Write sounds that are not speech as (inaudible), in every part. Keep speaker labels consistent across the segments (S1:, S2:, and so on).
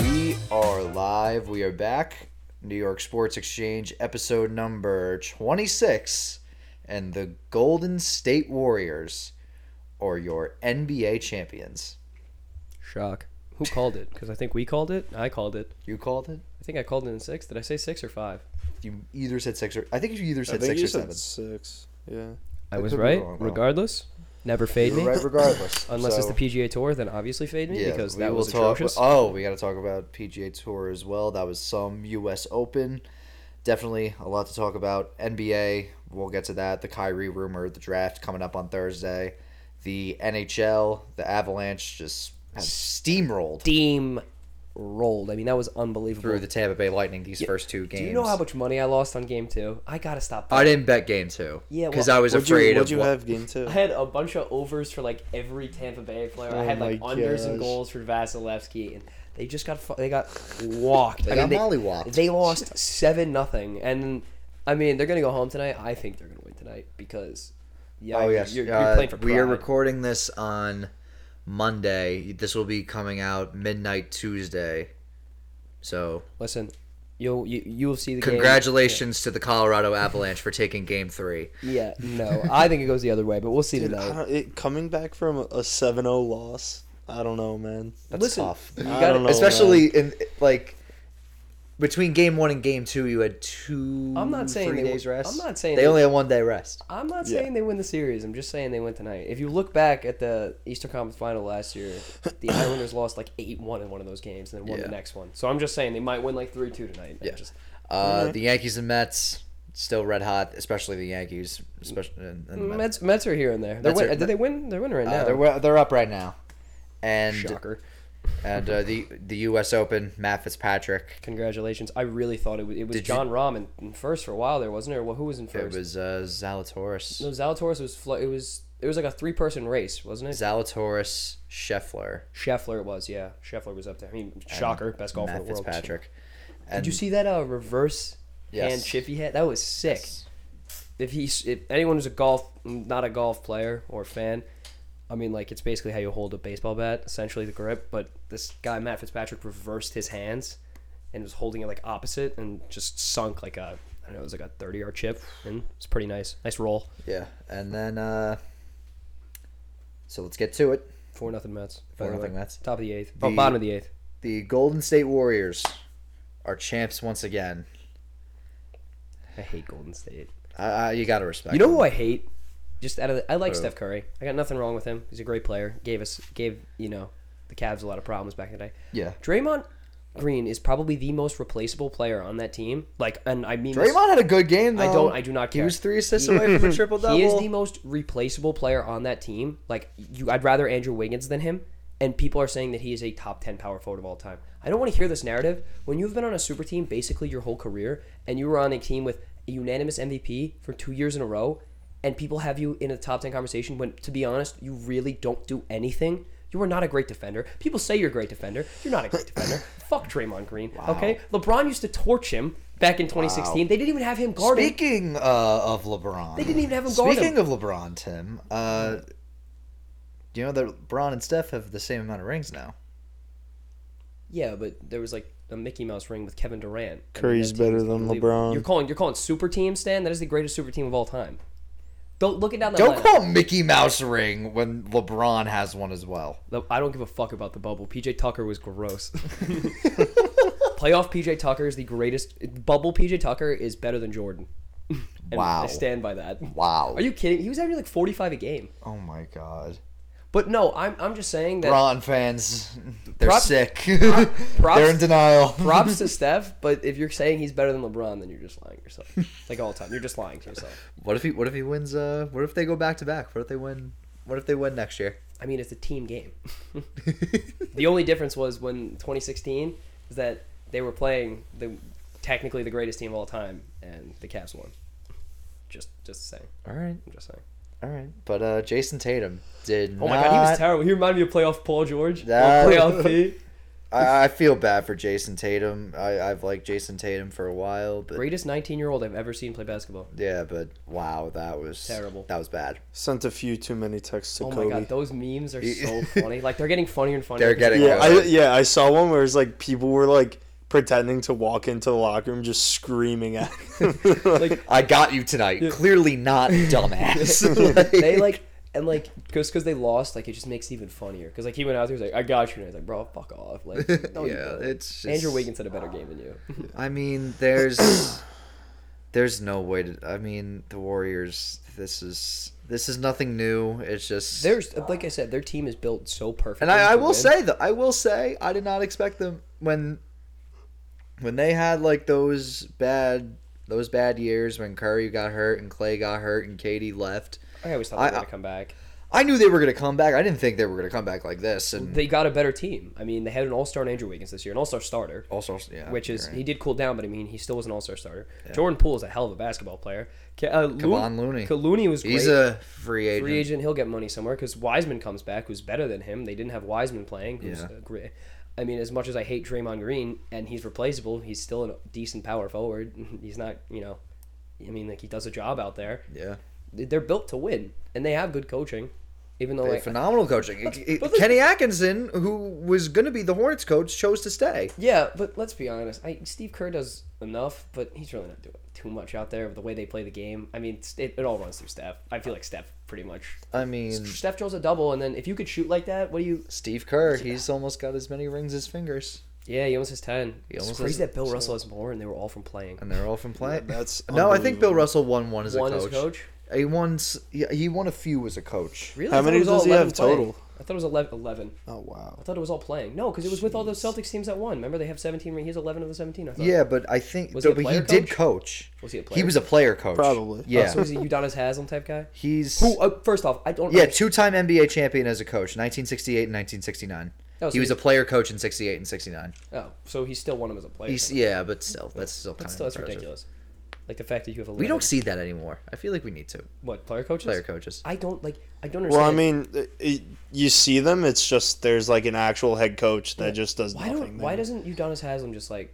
S1: We are live. We are back. New York Sports Exchange, episode number 26. And the Golden State Warriors are your NBA champions.
S2: Shock. Who called it? Because I think we called it. I called it.
S1: You called it?
S2: I think I called it in six. Did I say six or five?
S1: You either said six or. I think you either
S3: I
S1: said
S3: think
S1: six
S3: you
S1: or
S3: said
S1: seven.
S3: six. Yeah.
S2: I
S1: I
S2: was
S1: could be
S2: right.
S1: wrong, though.
S2: Regardless, never fade
S1: You were
S2: me.
S1: right regardless.
S2: Unless it's
S1: So-
S2: the PGA Tour, then obviously fade me because
S1: we
S2: that
S1: will
S2: was
S1: talk-
S2: atrocious.
S1: Oh, we got to talk about PGA Tour as well. That was some U.S. Open. Definitely a lot to talk about. NBA, we'll get to that. The Kyrie rumor, the draft coming up on Thursday. The NHL, the Avalanche just have steamrolled
S2: Steam rolled. I mean, that was unbelievable.
S1: through the Tampa Bay Lightning these first two games.
S2: Do you know how much money I lost on game two? I gotta stop.
S1: I didn't bet game two.
S2: Yeah,
S1: because
S2: well-
S1: I was
S3: What'd
S1: afraid
S3: you,
S1: of
S3: what'd you
S1: what-
S3: have game two?
S2: I had a bunch of overs for like every Tampa Bay player. I
S3: Oh
S2: had like
S3: my
S2: unders and
S3: gosh.
S2: goals for Vasilevsky, and they just got fu- they got walked.
S1: They
S2: I
S1: got
S2: mean,
S1: mollywopped.
S2: They lost seven nothing, and I mean they're gonna go home tonight. I think they're gonna win tonight because yeah,
S1: oh
S2: you're,
S1: yes,
S2: you're,
S1: Uh,
S2: you're playing for pride.
S1: we are recording this on Monday. This will be coming out midnight Tuesday. So
S2: Listen, you'll you you'll see the game.
S1: Congratulations to the Colorado Avalanche for taking Game Three.
S2: Yeah, no, I think it goes the other way, but we'll see
S3: Dude, I
S2: tonight.
S3: don't, it, coming back from a 7-0 loss, I don't know, man.
S1: That's
S2: Listen,
S1: tough,
S2: you
S3: I
S2: gotta-
S3: don't know.
S1: especially in like between Game One and Game Two. You had two.
S2: I'm not saying
S1: three
S2: they-
S1: days rest.
S2: I'm not saying
S1: they
S2: they-
S1: only had one day rest.
S2: I'm not
S3: Yeah.
S2: saying they win the series. I'm just saying they win tonight. If you look back at the Eastern Conference Final last year,
S1: (coughs)
S2: the Islanders lost like eight one in one of those games, and then won
S1: Yeah.
S2: the next one. So I'm just saying they might win like three two tonight. I'm
S1: Yeah.
S2: just-
S1: Uh, The Yankees and Mets still red hot, especially the Yankees. Especially and, and the Mets.
S2: Mets Mets are here and there. They're
S1: Mm, Mets
S2: win-
S1: are-
S2: did they win? They're winning right
S1: Uh,
S2: now.
S1: they're they're up right now, and
S2: Shocker.
S1: and uh, the the U.S. Open. Matt Fitzpatrick.
S2: Congratulations. I really thought it was, it was
S1: Did you-
S2: John Rahm in, in first for a while there, wasn't there? Well, who was in
S1: It
S2: first?
S1: was uh, Zalatoris.
S2: no, Zalatoris was. Flo- it was. It was like a three person race, wasn't it?
S1: Zalatoris Scheffler.
S2: Scheffler was. Yeah, Scheffler was up there. I mean, shocker, best golfer in
S1: Matt
S2: the world.
S1: Fitzpatrick.
S2: Did you see that uh, reverse
S1: Yes.
S2: hand chip he had? That was sick. If he, if anyone who's a golf, not a golf player or fan, I mean, like it's basically how you hold a baseball bat, essentially the grip. But this guy Matt Fitzpatrick reversed his hands and was holding it like opposite and just sunk like a, I don't know, it was like a thirty yard chip and it's pretty nice, nice roll.
S1: Yeah, and then uh so let's get to it.
S2: Four nothing Mets. by
S1: 4-0
S2: the way.
S1: Mets.
S2: Top of the eighth.
S1: The-
S2: oh, bottom of the eighth.
S1: The Golden State Warriors are champs once again.
S2: I hate Golden State.
S1: Uh, you gotta respect.
S2: You know
S1: them.
S2: who I hate? Just out of the, I like
S1: Who?
S2: Steph Curry. I got nothing wrong with him. He's a great player. Gave us gave you know the Cavs a lot of problems back in the day.
S1: Yeah,
S2: Draymond Green is probably the most replaceable player on that team. Like, and I mean, this-
S1: Draymond had a good game. Though.
S2: I don't. I do not
S1: He
S2: care.
S1: was three assists away (laughs) from a triple double.
S2: He is the most replaceable player on that team. Like, you, I'd rather Andrew Wiggins than him. And people are saying that he is a top ten power forward of all time. I don't want to hear this narrative. When you've been on a super team basically your whole career, and you were on a team with a unanimous MVP for two years in a row, and people have you in a top ten conversation when, to be honest, you really don't do anything. You are not a great defender. People say you're a great defender. You're not a
S1: (laughs)
S2: great defender. Fuck Draymond Green. Okay, LeBron used to torch him back in 2016. They didn't even have him guarding.
S1: Speaking uh, of LeBron, they
S2: didn't even have him guard him.
S1: Speaking of LeBron, Tim, uh, do you know that LeBron and Steph have the same amount of rings now?
S2: Yeah, but there was like a Mickey Mouse ring with Kevin Durant. I mean,
S3: Curry's
S2: that team
S3: better
S2: is
S3: than
S2: unbelievable.
S3: LeBron.
S2: You're calling you're calling super team, Stan. That is the greatest super team of all time. Don't look it down the
S1: Don't call Mickey Mouse ring when LeBron has one as well.
S2: I don't give a fuck about the bubble. PJ Tucker was gross. (laughs) Playoff PJ Tucker is the greatest. Bubble PJ Tucker is better than Jordan. And
S1: Wow.
S2: I stand by that.
S1: Wow.
S2: Are you kidding? He was averaging like 45 a game.
S1: Oh my God.
S2: But no, I'm I'm just
S1: (laughs)
S2: saying that.
S1: Braun fans, they're
S2: Props-
S1: (laughs) sick.
S2: props-
S1: they're in denial.
S2: Props to Steph, but if you're saying he's better than LeBron, then you're just lying to yourself. Like all the time, you're just lying to yourself.
S1: (laughs) What if he? What if he wins? Uh, what if they go back to back? What if they win? What if they win next year?
S2: I mean, it's a team
S1: (laughs)
S2: game. (laughs) the only difference was when 2016 is that they were playing the technically the greatest team of all time, and the Cavs won. Just, just saying.
S1: All right,
S2: I'm just saying.
S1: all right. But uh, Jason Tatum did. not... (laughs)
S2: Oh my god, he was terrible. He reminded me of playoff Paul George. or
S1: That-
S2: playoff P.
S1: I, I feel bad for Jason Tatum. I, I've liked Jason Tatum for a while, but
S2: Greatest 19 year old I've ever seen play basketball.
S1: yeah, but wow, that was
S2: Terrible.
S1: That was bad.
S3: Sent a few too many texts to
S2: oh
S3: Kobe.
S2: my god, those memes
S1: (laughs)
S2: are so funny. Like they're getting funnier and funnier.
S1: They're getting-
S3: yeah, I,
S1: Alright.
S3: yeah, I saw one where it's like people were like pretending to walk into the locker room just screaming at (laughs)
S2: (laughs)
S3: him.
S2: Like-
S1: I got you tonight. Clearly (laughs) not dumbass. (laughs)
S2: they like and like just because they lost, like it just makes it even funnier. Because like he went out there, he was like, "I got you," and I was like, "Bro, fuck off."
S1: (laughs)
S2: Like, no, you
S1: yeah,
S2: don't.
S1: it's just,
S2: Andrew Wiggins had a better game
S1: (sighs)
S2: than you.
S1: I mean, there's (coughs) there's no way to. I mean, the Warriors. This is this is nothing new. It's just
S2: There's like I said, their team is built so perfect.
S1: And I, I will say though, I will say, I did not expect them when when they had like those bad those bad years when Curry got hurt and Clay got hurt and Katie left.
S2: I always thought they
S1: I-
S2: were gonna
S1: I-
S2: come back.
S1: I knew they were gonna come back. I didn't think they were gonna come back like this. And
S2: They got a better team. I mean, they had an All Star in Andrew Wiggins this year, an All Star starter.
S1: also, yeah,
S2: Which is
S1: you're
S2: he
S1: right.
S2: did cool down, but I mean he still was an all star starter. Jordan Poole is a hell of a basketball player. Ka- Uh,
S1: Kevon Looney.
S2: Looney was great.
S1: he's a free agent.
S2: free agent. He'll get money somewhere because Wiseman comes back, who's better than him. They didn't have Wiseman playing. Who's
S1: Yeah.
S2: yeah. great. I mean, as much as I hate Draymond Green and he's replaceable, he's still a decent power forward. (laughs) He's not, you know, I mean, like he does a job out there.
S1: Yeah,
S2: They- They're built to win, and they have good coaching. Even though,
S1: They had
S2: like,
S1: phenomenal coaching. It- it-
S2: but the-
S1: Kenny Atkinson, who was gonna be the Hornets coach, chose to stay.
S2: yeah, but let's be honest. I, Steve Kerr does enough, but he's really not doing too much out there with the way they play the game. I mean, it's- it, it all runs through Steph. I feel like Steph pretty much.
S1: I mean,
S2: Steph draws a double, and then if you could shoot like that, what do you?
S1: Steve Kerr, he's almost got as many rings as fingers.
S2: Yeah, he almost has ten.
S1: He
S2: It's
S1: almost
S2: crazy
S1: has-
S2: that Bill Russell has more, and they were all from playing.
S1: and they're all from playing.
S3: that's
S1: no. I think Bill
S3: unbelievable.
S1: Russell won one as
S2: One
S1: a
S2: as
S1: coach.
S2: coach.
S1: He won. s- He he won a few as a coach.
S2: Really?
S3: How
S2: I thought it
S3: many
S2: was all
S3: does he have
S2: 11 playing.
S3: total?
S2: I thought it was 11, 11.
S3: oh wow.
S2: I thought it was all playing. No, because it was with all those Celtics teams that won. Remember, they have 17. He has 11 of the 17. I thought.
S1: Yeah, but I think
S2: Was
S1: no,
S2: he a
S1: but he
S2: player
S1: did
S2: coach?
S1: coach.
S2: Was he a
S1: He
S2: player?
S1: was a player coach.
S3: Probably.
S2: Oh,
S1: Yeah.
S2: so he's a Udonis Haslam type guy.
S1: he's
S2: Who? Uh, first off, I don't.
S1: yeah,
S2: understand-
S1: two-time NBA champion as a coach, 1968 and 1969.
S2: Oh, so
S1: he was
S2: he's-
S1: a player coach in 68 and 69.
S2: Oh, so he still won him as a player.
S1: He's, yeah, but still, that's still kind
S2: that's
S1: of
S2: still that's
S1: impressive.
S2: ridiculous. Like the fact that you have 11.
S1: We don't see that anymore. I feel like we need to
S2: what player coaches.
S1: player (laughs) coaches.
S2: I don't like. I don't
S3: Well,
S2: understand.
S3: I mean, it, it- you see them. It's just there's like an actual head coach that just does
S2: why
S3: nothing.
S2: don't? Why
S3: there.
S2: doesn't Udonis Haslam just like?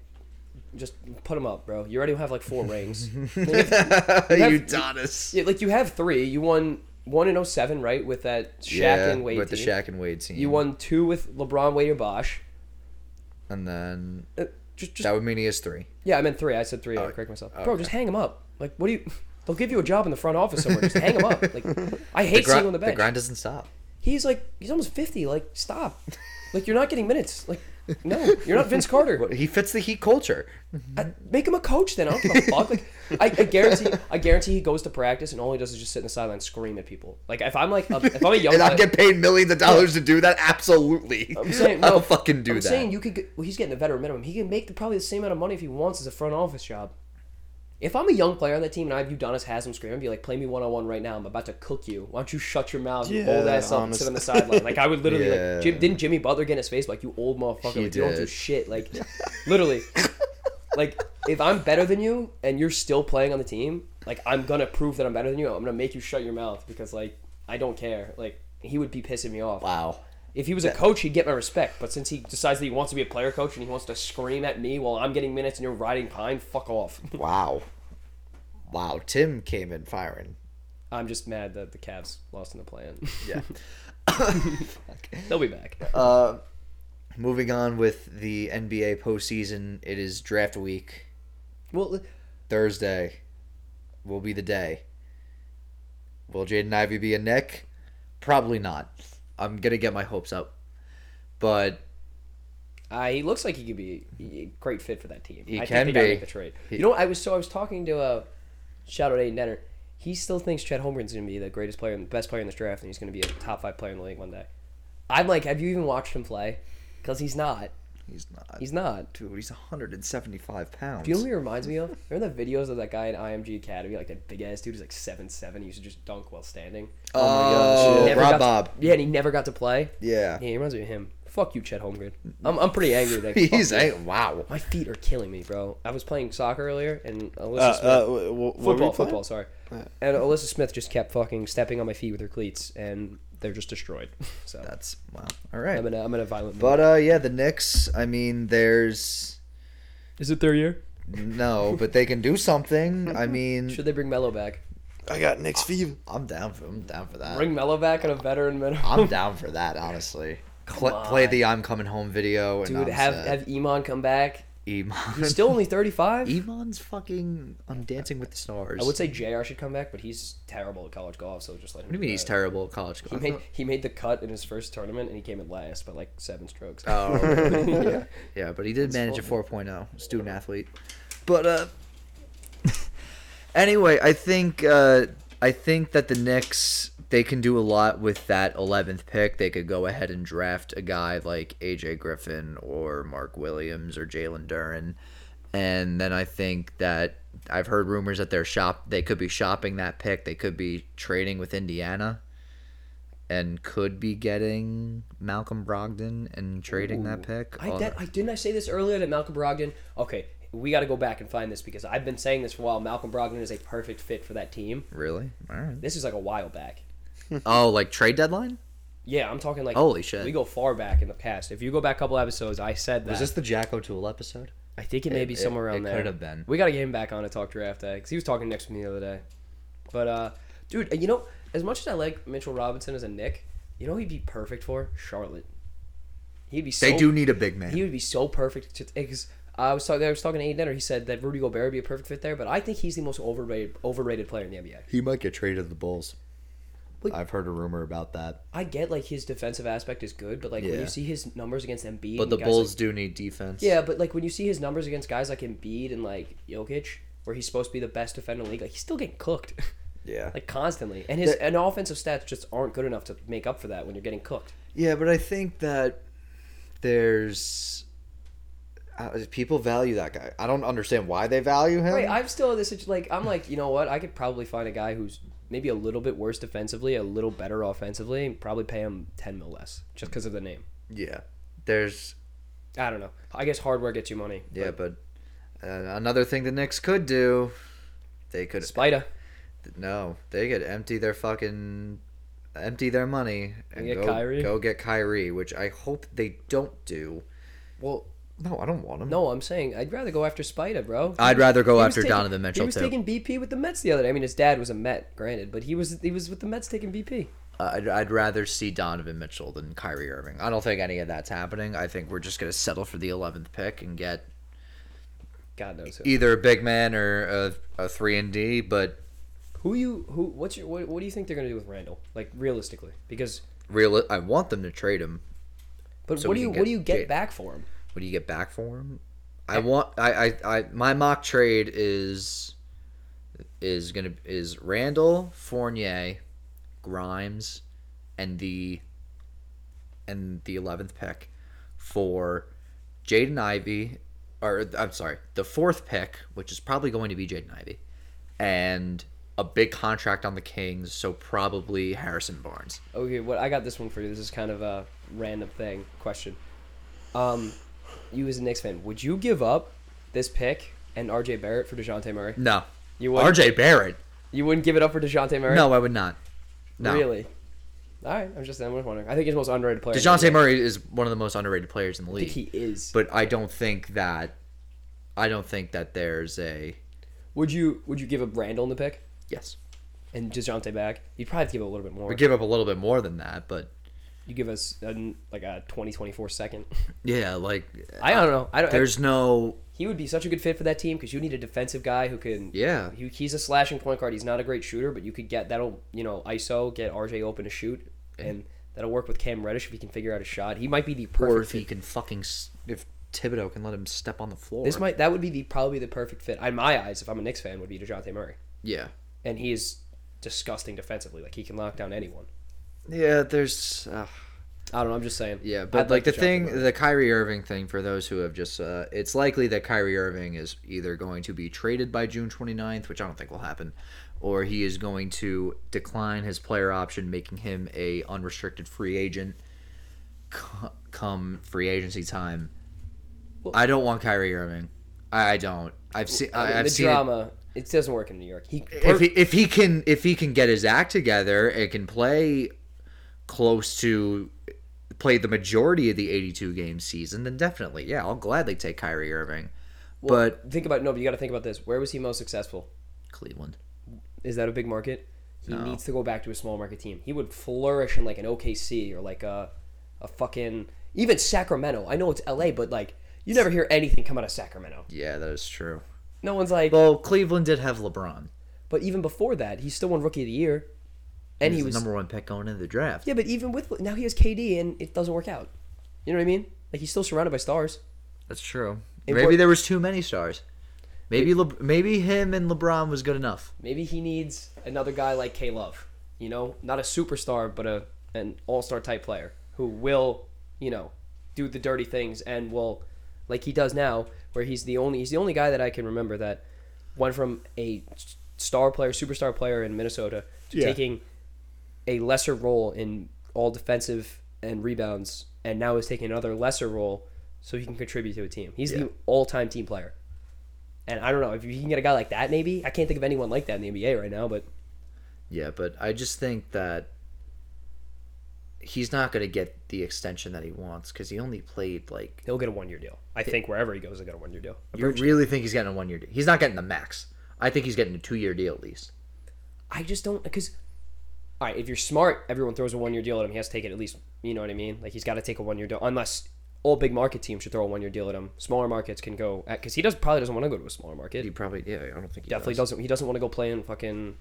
S2: Just put him up, bro. You already have like four rings. Like, have-
S1: Udonis.
S2: Yeah, like you have three. You won one in 07, right? With that Shaq and Wade
S1: with the
S2: team.
S1: Shaq and Wade team.
S2: You won two with LeBron, Wade, and Bosh.
S1: and then
S2: Uh, just, just
S1: that Oh, would mean he has three.
S2: yeah, I meant three. I said three. I correct myself. Bro, just hang him up. Like, what do you? (laughs) They'll give you a job in the front office somewhere. Just hang him up.
S1: (laughs)
S2: Like, I
S1: The,
S2: hate seeing
S1: grind-
S2: him on the
S1: the
S2: bench.
S1: grind doesn't stop.
S2: he's like, he's almost fifty. Like, stop. Like, you're not getting minutes. Like, no, you're not
S1: (laughs)
S2: Vince Carter.
S1: He fits the Heat culture.
S2: I, make him a coach then. I don't give a fuck. Like, I, I guarantee, I guarantee he goes to practice and all he does is just sit in the sideline, and scream at people. Like, if I'm like, a, if I'm a young,
S1: and I
S2: guy-
S1: get paid millions of dollars to do that. Absolutely,
S2: I'm saying
S1: (laughs)
S2: no.
S1: I'll fucking do
S2: I'm
S1: that.
S2: saying you could. Get, well, he's getting a veteran minimum. He can make the, probably the same amount of money if he wants as a front office job. If I'm a young player on that team and I have Udonis Haslam screaming, I'd be like, "Play me one on one right now. I'm about to cook you. Why don't you shut your mouth, you old
S3: Yeah,
S2: ass up, and sit on the
S3: honestly.
S2: sideline?" Like I would literally.
S1: Yeah. (laughs)
S2: Like, Jim, didn't Jimmy Butler get in his face like, "You old motherfucker,
S1: He
S2: like, you don't do
S1: did. (laughs)
S2: shit." Like, literally. Like if I'm better than you and you're still playing on the team, like I'm gonna prove that I'm better than you. I'm gonna make you shut your mouth because like I don't care. Like he would be pissing me off.
S1: wow,
S2: If he was a coach, he'd get my respect. But since he decides that he wants to be a player coach and he wants to scream at me while I'm getting minutes and you're riding pine, fuck off. (laughs)
S1: wow, wow. Tim came in firing.
S2: I'm just mad that the Cavs lost in the plan.
S1: Yeah.
S2: (laughs) They'll be back.
S1: (laughs) uh, moving on with the NBA postseason. It is draft week.
S2: well,
S1: Thursday will be the day. Will Jaden Ivey be a Nick? Probably not. I'm gonna get my hopes up, but
S2: uh, he looks like he could be a great fit for that team.
S1: He
S2: I
S1: can
S2: think they gotta
S1: be.
S2: Make the trade.
S1: He-
S2: you know, what? I was so I was talking to uh, shout out Aiden Denner. He still thinks Chet Holmgren's going to be the greatest player and the best player in this draft, and he's going to be a top five player in the league one day. I'm like, have you even watched him play? Because he's not.
S1: he's not.
S2: He's not.
S1: Dude, he's 175 pounds.
S2: Do you know what he reminds me of? Remember the videos of that guy in IMG Academy, like that big ass dude who's like seven seven. He used to just dunk while standing.
S1: Oh,
S3: Oh,
S2: Never
S1: Rob
S2: got
S1: (laughs)
S2: to-
S1: Bob.
S2: yeah, and he never got to play.
S1: Yeah.
S2: Yeah, he reminds me of him. Fuck you, Chet Holmgren. I'm, I'm pretty angry.
S1: (laughs)
S2: Like, fuck
S1: He's
S2: you.
S1: a wow.
S2: My feet are killing me, bro. I was playing soccer earlier, and Alyssa
S3: Uh,
S2: Smith,
S3: uh, w- w- what were you
S2: football,
S3: playing?
S2: football, sorry. And Alyssa Smith just kept fucking stepping on my feet with her cleats, and they're just destroyed. (laughs) So
S1: That's wow. All right.
S2: I'm in a, I'm in a violent mood.
S1: But uh, yeah, the Knicks. I mean, there's
S2: Is it their year?
S1: no, but they can do something.
S2: (laughs)
S1: I mean,
S2: Should they bring Melo back?
S3: I got Knicks fever.
S1: I'm down for I'm down for that.
S2: Bring Melo back and a veteran minimum.
S1: Uh, I'm down for that,
S2: (laughs)
S1: honestly. Pl-
S2: on.
S1: play the "I'm coming home" video and
S2: Dude,
S1: I'm
S2: have
S1: set.
S2: have Iman come back.
S1: Iman.
S2: He's still only 35.
S1: Iman's fucking on Dancing with the Stars.
S2: I would say JR should come back, but he's terrible at college golf, so just let him.
S1: What do you mean he's terrible at college?
S2: He
S1: golf?
S2: made he made the cut in his first tournament and he came in last by like seven strokes. (laughs)
S1: Oh, okay. yeah. yeah, but he did manage a
S2: full.
S1: 4.0 student athlete. But uh, (laughs) anyway, I think uh, I think that the Knicks they can do a lot with that 11th pick. They could go ahead and draft a guy like AJ Griffin or Mark Williams or Jalen Duran, and then I think that I've heard rumors that they're shop they could be shopping that pick. They could be trading with Indiana. And could be getting Malcolm Brogdon and trading that pick.
S2: I,
S1: All
S2: that, I didn't I say this earlier that Malcolm Brogdon. Okay, we got to go back and find this because I've been saying this for a while. Malcolm Brogdon is a perfect fit for that team.
S1: Really? All right.
S2: This is like a while back.
S1: Oh, like trade deadline?
S2: Yeah, I'm talking like
S1: Holy shit.
S2: We go far back in the past. If you go back a couple episodes, I said that.
S1: Was this the Jack O'Toole episode?
S2: I think it may
S1: It-
S2: be
S1: it-
S2: somewhere around
S1: it
S2: there.
S1: could have been.
S2: We got to get him back on to talk draft day because he was talking next to me the other day. But uh, dude, you know, as much as I like Mitchell Robinson as a Nick, you know, who he'd be perfect for Charlotte. He'd be. So,
S1: They do need a big man.
S2: He would be so perfect to because. I was talking. I was talking to Aiden. Or he said that Rudy Gobert would be a perfect fit there, but I think he's the most overrated overrated player in the NBA.
S1: He might get traded to the Bulls.
S2: Wait.
S1: I've heard a rumor about that.
S2: I get like his defensive aspect is good, but like when
S1: Yeah.
S2: you see his numbers against Embiid,
S1: But
S2: and
S1: the
S2: guys like-
S1: Bulls do need defense.
S2: Yeah, but like when you see his numbers against guys like Embiid and like Jokic, where he's supposed to be the best defender in the league, like he's still getting cooked, (laughs)
S1: Yeah.
S2: like constantly. And his and offensive stats just aren't good enough to make up for that when you're getting cooked.
S1: Yeah, but I think that there's uh, people value that guy. I don't understand why they value him.
S2: Right, I'm still in this situ- like I'm like you know what I could probably find a guy who's maybe a little bit worse defensively, a little better offensively, and probably pay him ten mil less just because of the name.
S1: yeah. There's
S2: I don't know. I guess hardware gets you money.
S1: yeah, but uh, another thing the Knicks could do, they could
S2: Spida,
S1: No, they could empty their fucking empty their money and
S2: get
S1: go
S2: Kyrie?
S1: go get Kyrie, which I hope they don't do. Well, no, I don't want him.
S2: no, I'm saying I'd rather go after Spida, bro.
S1: I'd rather go
S2: He was
S1: after
S2: taking-
S1: Donovan Mitchell
S2: He was
S1: too.
S2: taking BP with the Mets the other day. I mean, his dad was a Met, granted, but he was he was with the Mets taking BP.
S1: I'd, I'd rather see Donovan Mitchell than Kyrie Irving. I don't think any of that's happening. I think we're just gonna settle for the 11th pick and get
S2: God knows who.
S1: either a big man or a, a three and D. But
S2: Who you who? What's your what, what do you think they're gonna do with Randall? Like realistically, because
S1: real, I want them to trade him.
S2: but
S1: So
S2: what
S1: we
S2: do you
S1: can
S2: what
S1: get
S2: do you get
S1: Jay-
S2: back for him?
S1: What do you get back for him? I want. I. I. I my mock trade is is gonna is Randall Fournier, Grimes, and the and the eleventh pick for Jaden Ivy, or I'm sorry, the fourth pick, which is probably going to be Jaden Ivy, and a big contract on the Kings, so probably Harrison Barnes.
S2: Okay, what I got this one for you. This is kind of a random thing question. Um, you as a Knicks fan, would you give up this pick and RJ Barrett for Dejounte Murray?
S1: No,
S2: You would.
S1: RJ Barrett.
S2: You wouldn't give it up for Dejounte Murray?
S1: No, I would not. No.
S2: Really? All right, I'm just I'm just wondering. I think he's the most underrated player. in the
S1: DeJounte
S2: league.
S1: Murray is one of the most underrated players in the
S2: I
S1: league.
S2: think he is.
S1: but I don't think that I don't think that there's a
S2: Would you would you give up Randall in the pick
S1: yes.
S2: and Dejounte back? You'd probably have to give up a little bit more.
S1: We give up a little bit more than that, but
S2: you give us a, like a 20, 24 second.
S1: yeah, like
S2: I don't know. I don't.
S1: Uh, there's no
S2: he would be such a good fit for that team because you need a defensive guy who can.
S1: Yeah.
S2: He, he's a slashing point guard. He's not a great shooter, but you could get that'll you know ISO get RJ open to shoot, and that'll work with Cam Reddish if he can figure out a shot. He might be the
S1: or
S2: perfect.
S1: if he
S2: Fit.
S1: can fucking s- if Thibodeau can let him step on the floor.
S2: This might that would be the probably the perfect fit in my eyes if I'm a Knicks fan would be Dejounte Murray,
S1: yeah.
S2: and he is disgusting defensively. Like he can lock down anyone.
S1: Yeah, there's uh,
S2: I don't know. I'm just saying.
S1: yeah,
S2: I'd
S1: but like the
S2: DeJounte
S1: thing,
S2: Murray.
S1: the Kyrie Irving thing for those who have just uh, it's likely that Kyrie Irving is either going to be traded by June 29th, which I don't think will happen, or he is going to decline his player option, making him a unrestricted free agent c- come free agency time. I don't want Kyrie Irving. I, I don't. I've seen.
S2: I mean,
S1: I've
S2: the
S1: seen. it-
S2: drama. It. doesn't work in New York. He
S1: if he if he can if he can get his act together and can play close to played the majority of the 82 game season, then definitely, yeah, I'll gladly take Kyrie Irving. but
S2: Think about no, but you got to think about this. Where was he most successful?
S1: Cleveland.
S2: Is that a big market? He needs to go back to a small market team. He would flourish in like an OKC or like a a fucking even Sacramento. I know it's LA, but like you never hear anything come out of Sacramento.
S1: Yeah, that is true.
S2: No one's like.
S1: Well, Cleveland did have LeBron.
S2: But even before that, he still won Rookie of the Year, and
S1: He
S2: he
S1: was
S2: was
S1: the number one pick going into the draft.
S2: yeah. But even with now he has KD, and it doesn't work out. You know what I mean? Like he's still surrounded by stars.
S1: That's true.
S2: It
S1: maybe
S2: wor-
S1: there was too many stars. Maybe Le- maybe him and LeBron was good enough.
S2: Maybe he needs another guy like K Love, you know, not a superstar, but a an all star type player who will, you know, do the dirty things and will, like he does now, where he's the only he's the only guy that I can remember that went from a s- star player, superstar player in Minnesota to
S3: Yeah.
S2: taking a lesser role in all defensive and rebounds, and now is taking another lesser role so he can contribute to a team. He's
S1: Yeah.
S2: the all time team player. And I don't know if you can get a guy like that. Maybe I can't think of anyone like that in the NBA right now. But
S1: Yeah, but I just think that he's not going to get the extension that he wants because he only played like.
S2: he'll get a one year deal. I think wherever he goes, he'll get a one year deal.
S1: You really think he's getting a one year deal? He's not getting the max. I think he's getting a two year deal at least.
S2: I just don't because. All right, if you're smart, everyone throws a one year deal at him. He has to take it at least. You know what I mean? Like he's got to take a one year deal unless all big market teams should throw a one year deal at him. Smaller markets can go because he does probably doesn't want to go to a smaller market.
S1: He probably yeah. I don't think he
S2: definitely
S1: does.
S2: does. not He doesn't want to go play in fucking.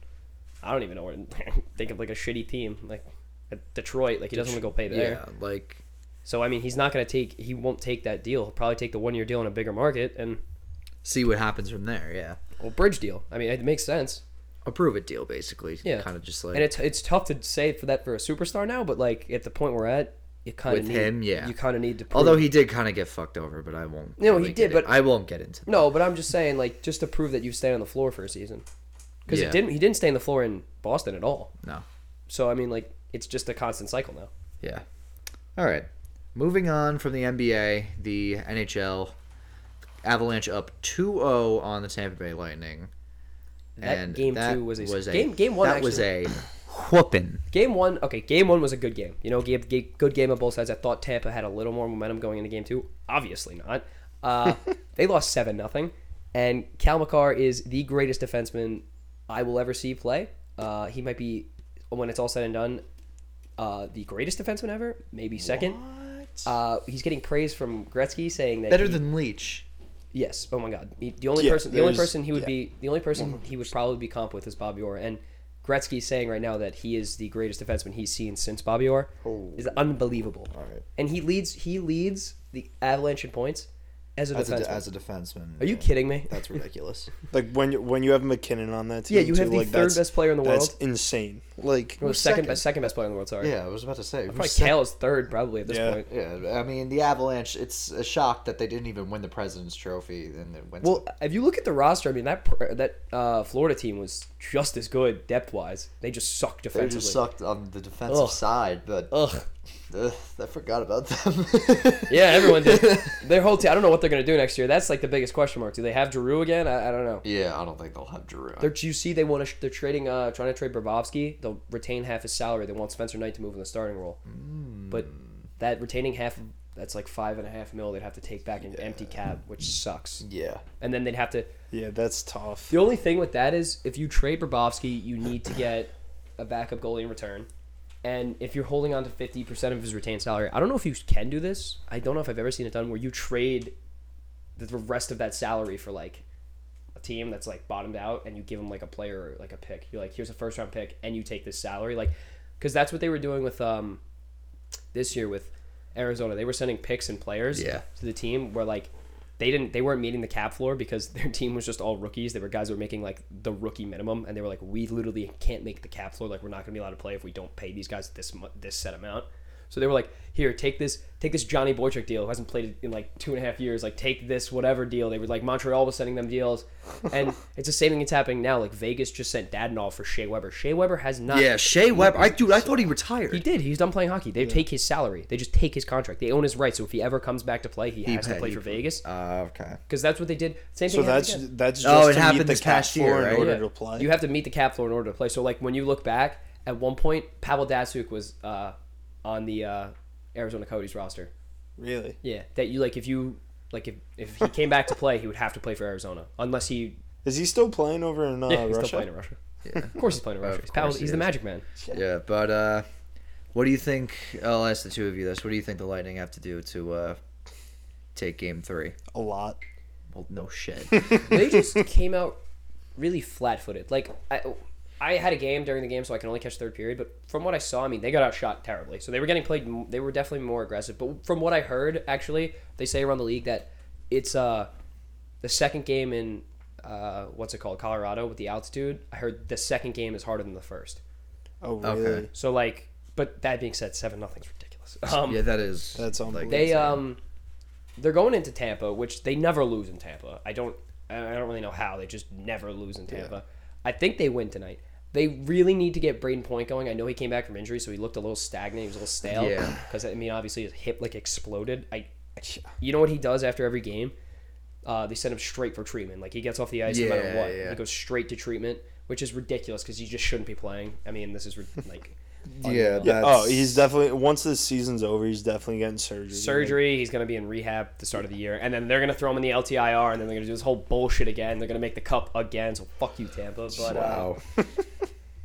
S2: I don't even know where. (laughs) think of like a shitty team like at Detroit. Like he doesn't want to go play there.
S1: Yeah, like
S2: So I mean, he's not gonna take. He won't take that deal. He'll probably take the one year deal in a bigger market and
S1: see what happens from there. Yeah,
S2: well, bridge deal. I mean, it makes sense.
S1: a prove it deal basically.
S2: Yeah.
S1: kind of just like
S2: And it's it's tough to say for that for a superstar now, but like at the point we're at, you kind of
S1: With
S2: need,
S1: him, yeah.
S2: you kind of need to. Prove,
S1: Although he did kind of get fucked over, but I won't.
S2: No, he
S1: get
S2: did,
S1: it-
S2: but-
S1: I won't get into that.
S2: no, but I'm just saying like just to prove that you stay on the floor for a season, because
S1: Yeah.
S2: he didn't he didn't stay on the floor in Boston at all.
S1: No.
S2: So I mean, like it's just a constant cycle now.
S1: Yeah. All right. Moving on from the NBA, the NHL Avalanche up 2-0 on the Tampa Bay Lightning.
S2: That game two was a- game- game one
S1: That was a whooping.
S2: Game one, okay. Game one was a good game. You know, game, ga- good game on both sides. I thought Tampa had a little more momentum going into game two. Obviously not. Uh, they lost seven nothing, and Cal McCarr is the greatest defenseman I will ever see play. Uh, he might be, when it's all said and done, uh, the greatest defenseman ever. Maybe second. Uh, he's getting praise from Gretzky saying that
S1: Better
S2: he-
S1: than Leach.
S2: Yes. Oh my God. He- The only
S3: Yeah,
S2: person, the only
S3: there's-
S2: person he would be, the only person he would probably be comp with is Bobby Orr. And Gretzky's saying right now that he is the greatest defenseman he's seen since Bobby Orr. Is unbelievable.
S1: right.
S2: And he leads. He leads the Avalanche in points as a
S1: As
S2: defenseman.
S1: a, as a defenseman.
S2: Are you kidding me?
S1: That's ridiculous.
S3: Like when you- when you have McKinnon on that
S2: (laughs)
S3: team,
S2: Yeah, you have
S3: too,
S2: the
S3: like,
S2: third
S3: that's-
S2: best player in the world.
S3: That's insane. Like
S2: Well, second
S1: second?
S2: best, second best player in the world. Sorry.
S1: yeah, I was about to say.
S2: Probably
S1: who's sec-
S2: Kale is third, probably at this
S3: Yeah.
S2: point.
S1: yeah, I mean the Avalanche. It's a shock that they didn't even win the President's Trophy. And they went to
S2: Well, if you look at the roster, I mean that pr- that uh, Florida team was just as good depth wise. They just sucked
S1: They
S2: defensively.
S1: just sucked on the defensive
S2: Ugh.
S1: side, but
S2: Ugh.
S1: ugh, I forgot about them.
S2: (laughs) Yeah, everyone did. Their whole team. I don't know what they're gonna do next year. That's like the biggest question mark. Do they have Giroux again? I, I don't know.
S1: (laughs) yeah, I don't think they'll have Drew.
S2: They're, you see, they want to. They're trading. Uh, trying to trade Bobrovsky. They'll retain half his salary. They want Spencer Knight to move in the starting role. But that retaining half, that's like five and a half mil. They'd have to take back an empty cab, which sucks.
S1: yeah,
S2: And then they'd have to.
S3: yeah, that's tough.
S2: The only thing with that is, if you trade Bobrovsky, you need to get a backup goalie in return. And if you're holding on to 50% of his retained salary, I don't know if you can do this. I don't know if I've ever seen it done where you trade the- the rest of that salary for like a team that's like bottomed out and you give them like a player or like a pick. You're like, here's a first round pick and you take this salary. Like, because that's what they were doing with um this year with Arizona. They were sending picks and players
S1: Yeah.
S2: to the team where like they didn't they weren't meeting the cap floor because (laughs) their team was just all rookies. They were guys that were making like the rookie minimum and they were like, we literally can't make the cap floor. Like we're not gonna be allowed to play if we don't pay these guys this mu- this set amount. So they were like, here, take this, take this Johnny Boychuk deal who hasn't played in like two and a half years. Like take this whatever deal. They were like Montreal was sending them
S1: (laughs)
S2: deals, and it's the same thing that's happening now. Like Vegas just sent Dadnall for Shea Weber. Shea Weber has not.
S1: yeah. Shea Webb, I dude, I thought he retired.
S2: He did. He's done playing hockey. They take his salary. They just take his contract. They own his rights. So if he ever comes back to play, he, has
S1: pay-
S2: to play
S1: he
S2: for
S1: pay.
S2: Vegas
S1: Uh, okay.
S2: because that's what they did. Same thing.
S3: So
S2: happened
S3: that's
S2: again.
S3: that's just
S1: Oh, it
S3: to meet
S1: happened
S3: the
S1: this
S3: cap
S1: past
S3: floor
S1: year,
S3: in
S1: right?
S3: order
S2: Yeah.
S3: to play.
S2: You have to meet the cap floor in order to play. So like when you look back at one point, Pavel Datsuk was uh, on the uh, Arizona Coyotes roster.
S3: Really?
S2: Yeah, that you like if you like if if he came
S3: (laughs)
S2: back to play, he would have to play for Arizona unless he
S3: Is he still playing over in uh,
S2: yeah, he's
S3: Russia?
S2: still playing in Russia. Of course he's playing in Russia. He's, pal-
S1: course he
S2: he's the
S1: is.
S2: Magic Man.
S1: Yeah, but uh, what do you think? I'll ask the two of you this. What do you think the Lightning have to do to uh, take Game Three?
S3: A lot.
S1: Well, no shit. (laughs)
S2: they just came out really flat-footed. Like I, I had a game during the game, so I can only catch third period. But from what I saw, I mean, they got outshot terribly. So they were getting played. m- They were definitely more aggressive. But from what I heard, actually, they say around the league that it's uh the second game in uh what's it called Colorado with the altitude. I heard the second game is harder than the first.
S3: Oh
S1: Okay.
S3: really?
S2: So like, but that being said, seven nothing's ridiculous. Um,
S1: yeah, that is.
S3: That's unbelievable.
S2: they
S1: insane.
S2: um they're going into Tampa, which they never lose in Tampa. I don't I I don't really know how they just never lose in Tampa. I think they win tonight. They really need to get Braden Point going. I know he came back from injury, so he looked a little stagnant. He was a little stale. (clears throat)
S1: Yeah.
S2: Because I mean, obviously his hip like exploded. I, you know what he does after every game? Uh, they send him straight for treatment. Like he gets off the ice no matter
S1: Yeah,
S2: what.
S1: yeah.
S2: He goes straight to treatment, which is ridiculous because he just shouldn't be playing. I mean, this is ri- like
S1: (laughs) Yeah,
S3: Yeah,
S1: that's,
S3: oh, he's definitely once this season's over, he's definitely getting surgery.
S2: surgery. He's going to be in rehab at the start of the year, and then they're going to throw him in the LTIR, and then they're going to do this whole bullshit again. They're going to make the cup again. So fuck you, Tampa. But uh,
S1: wow.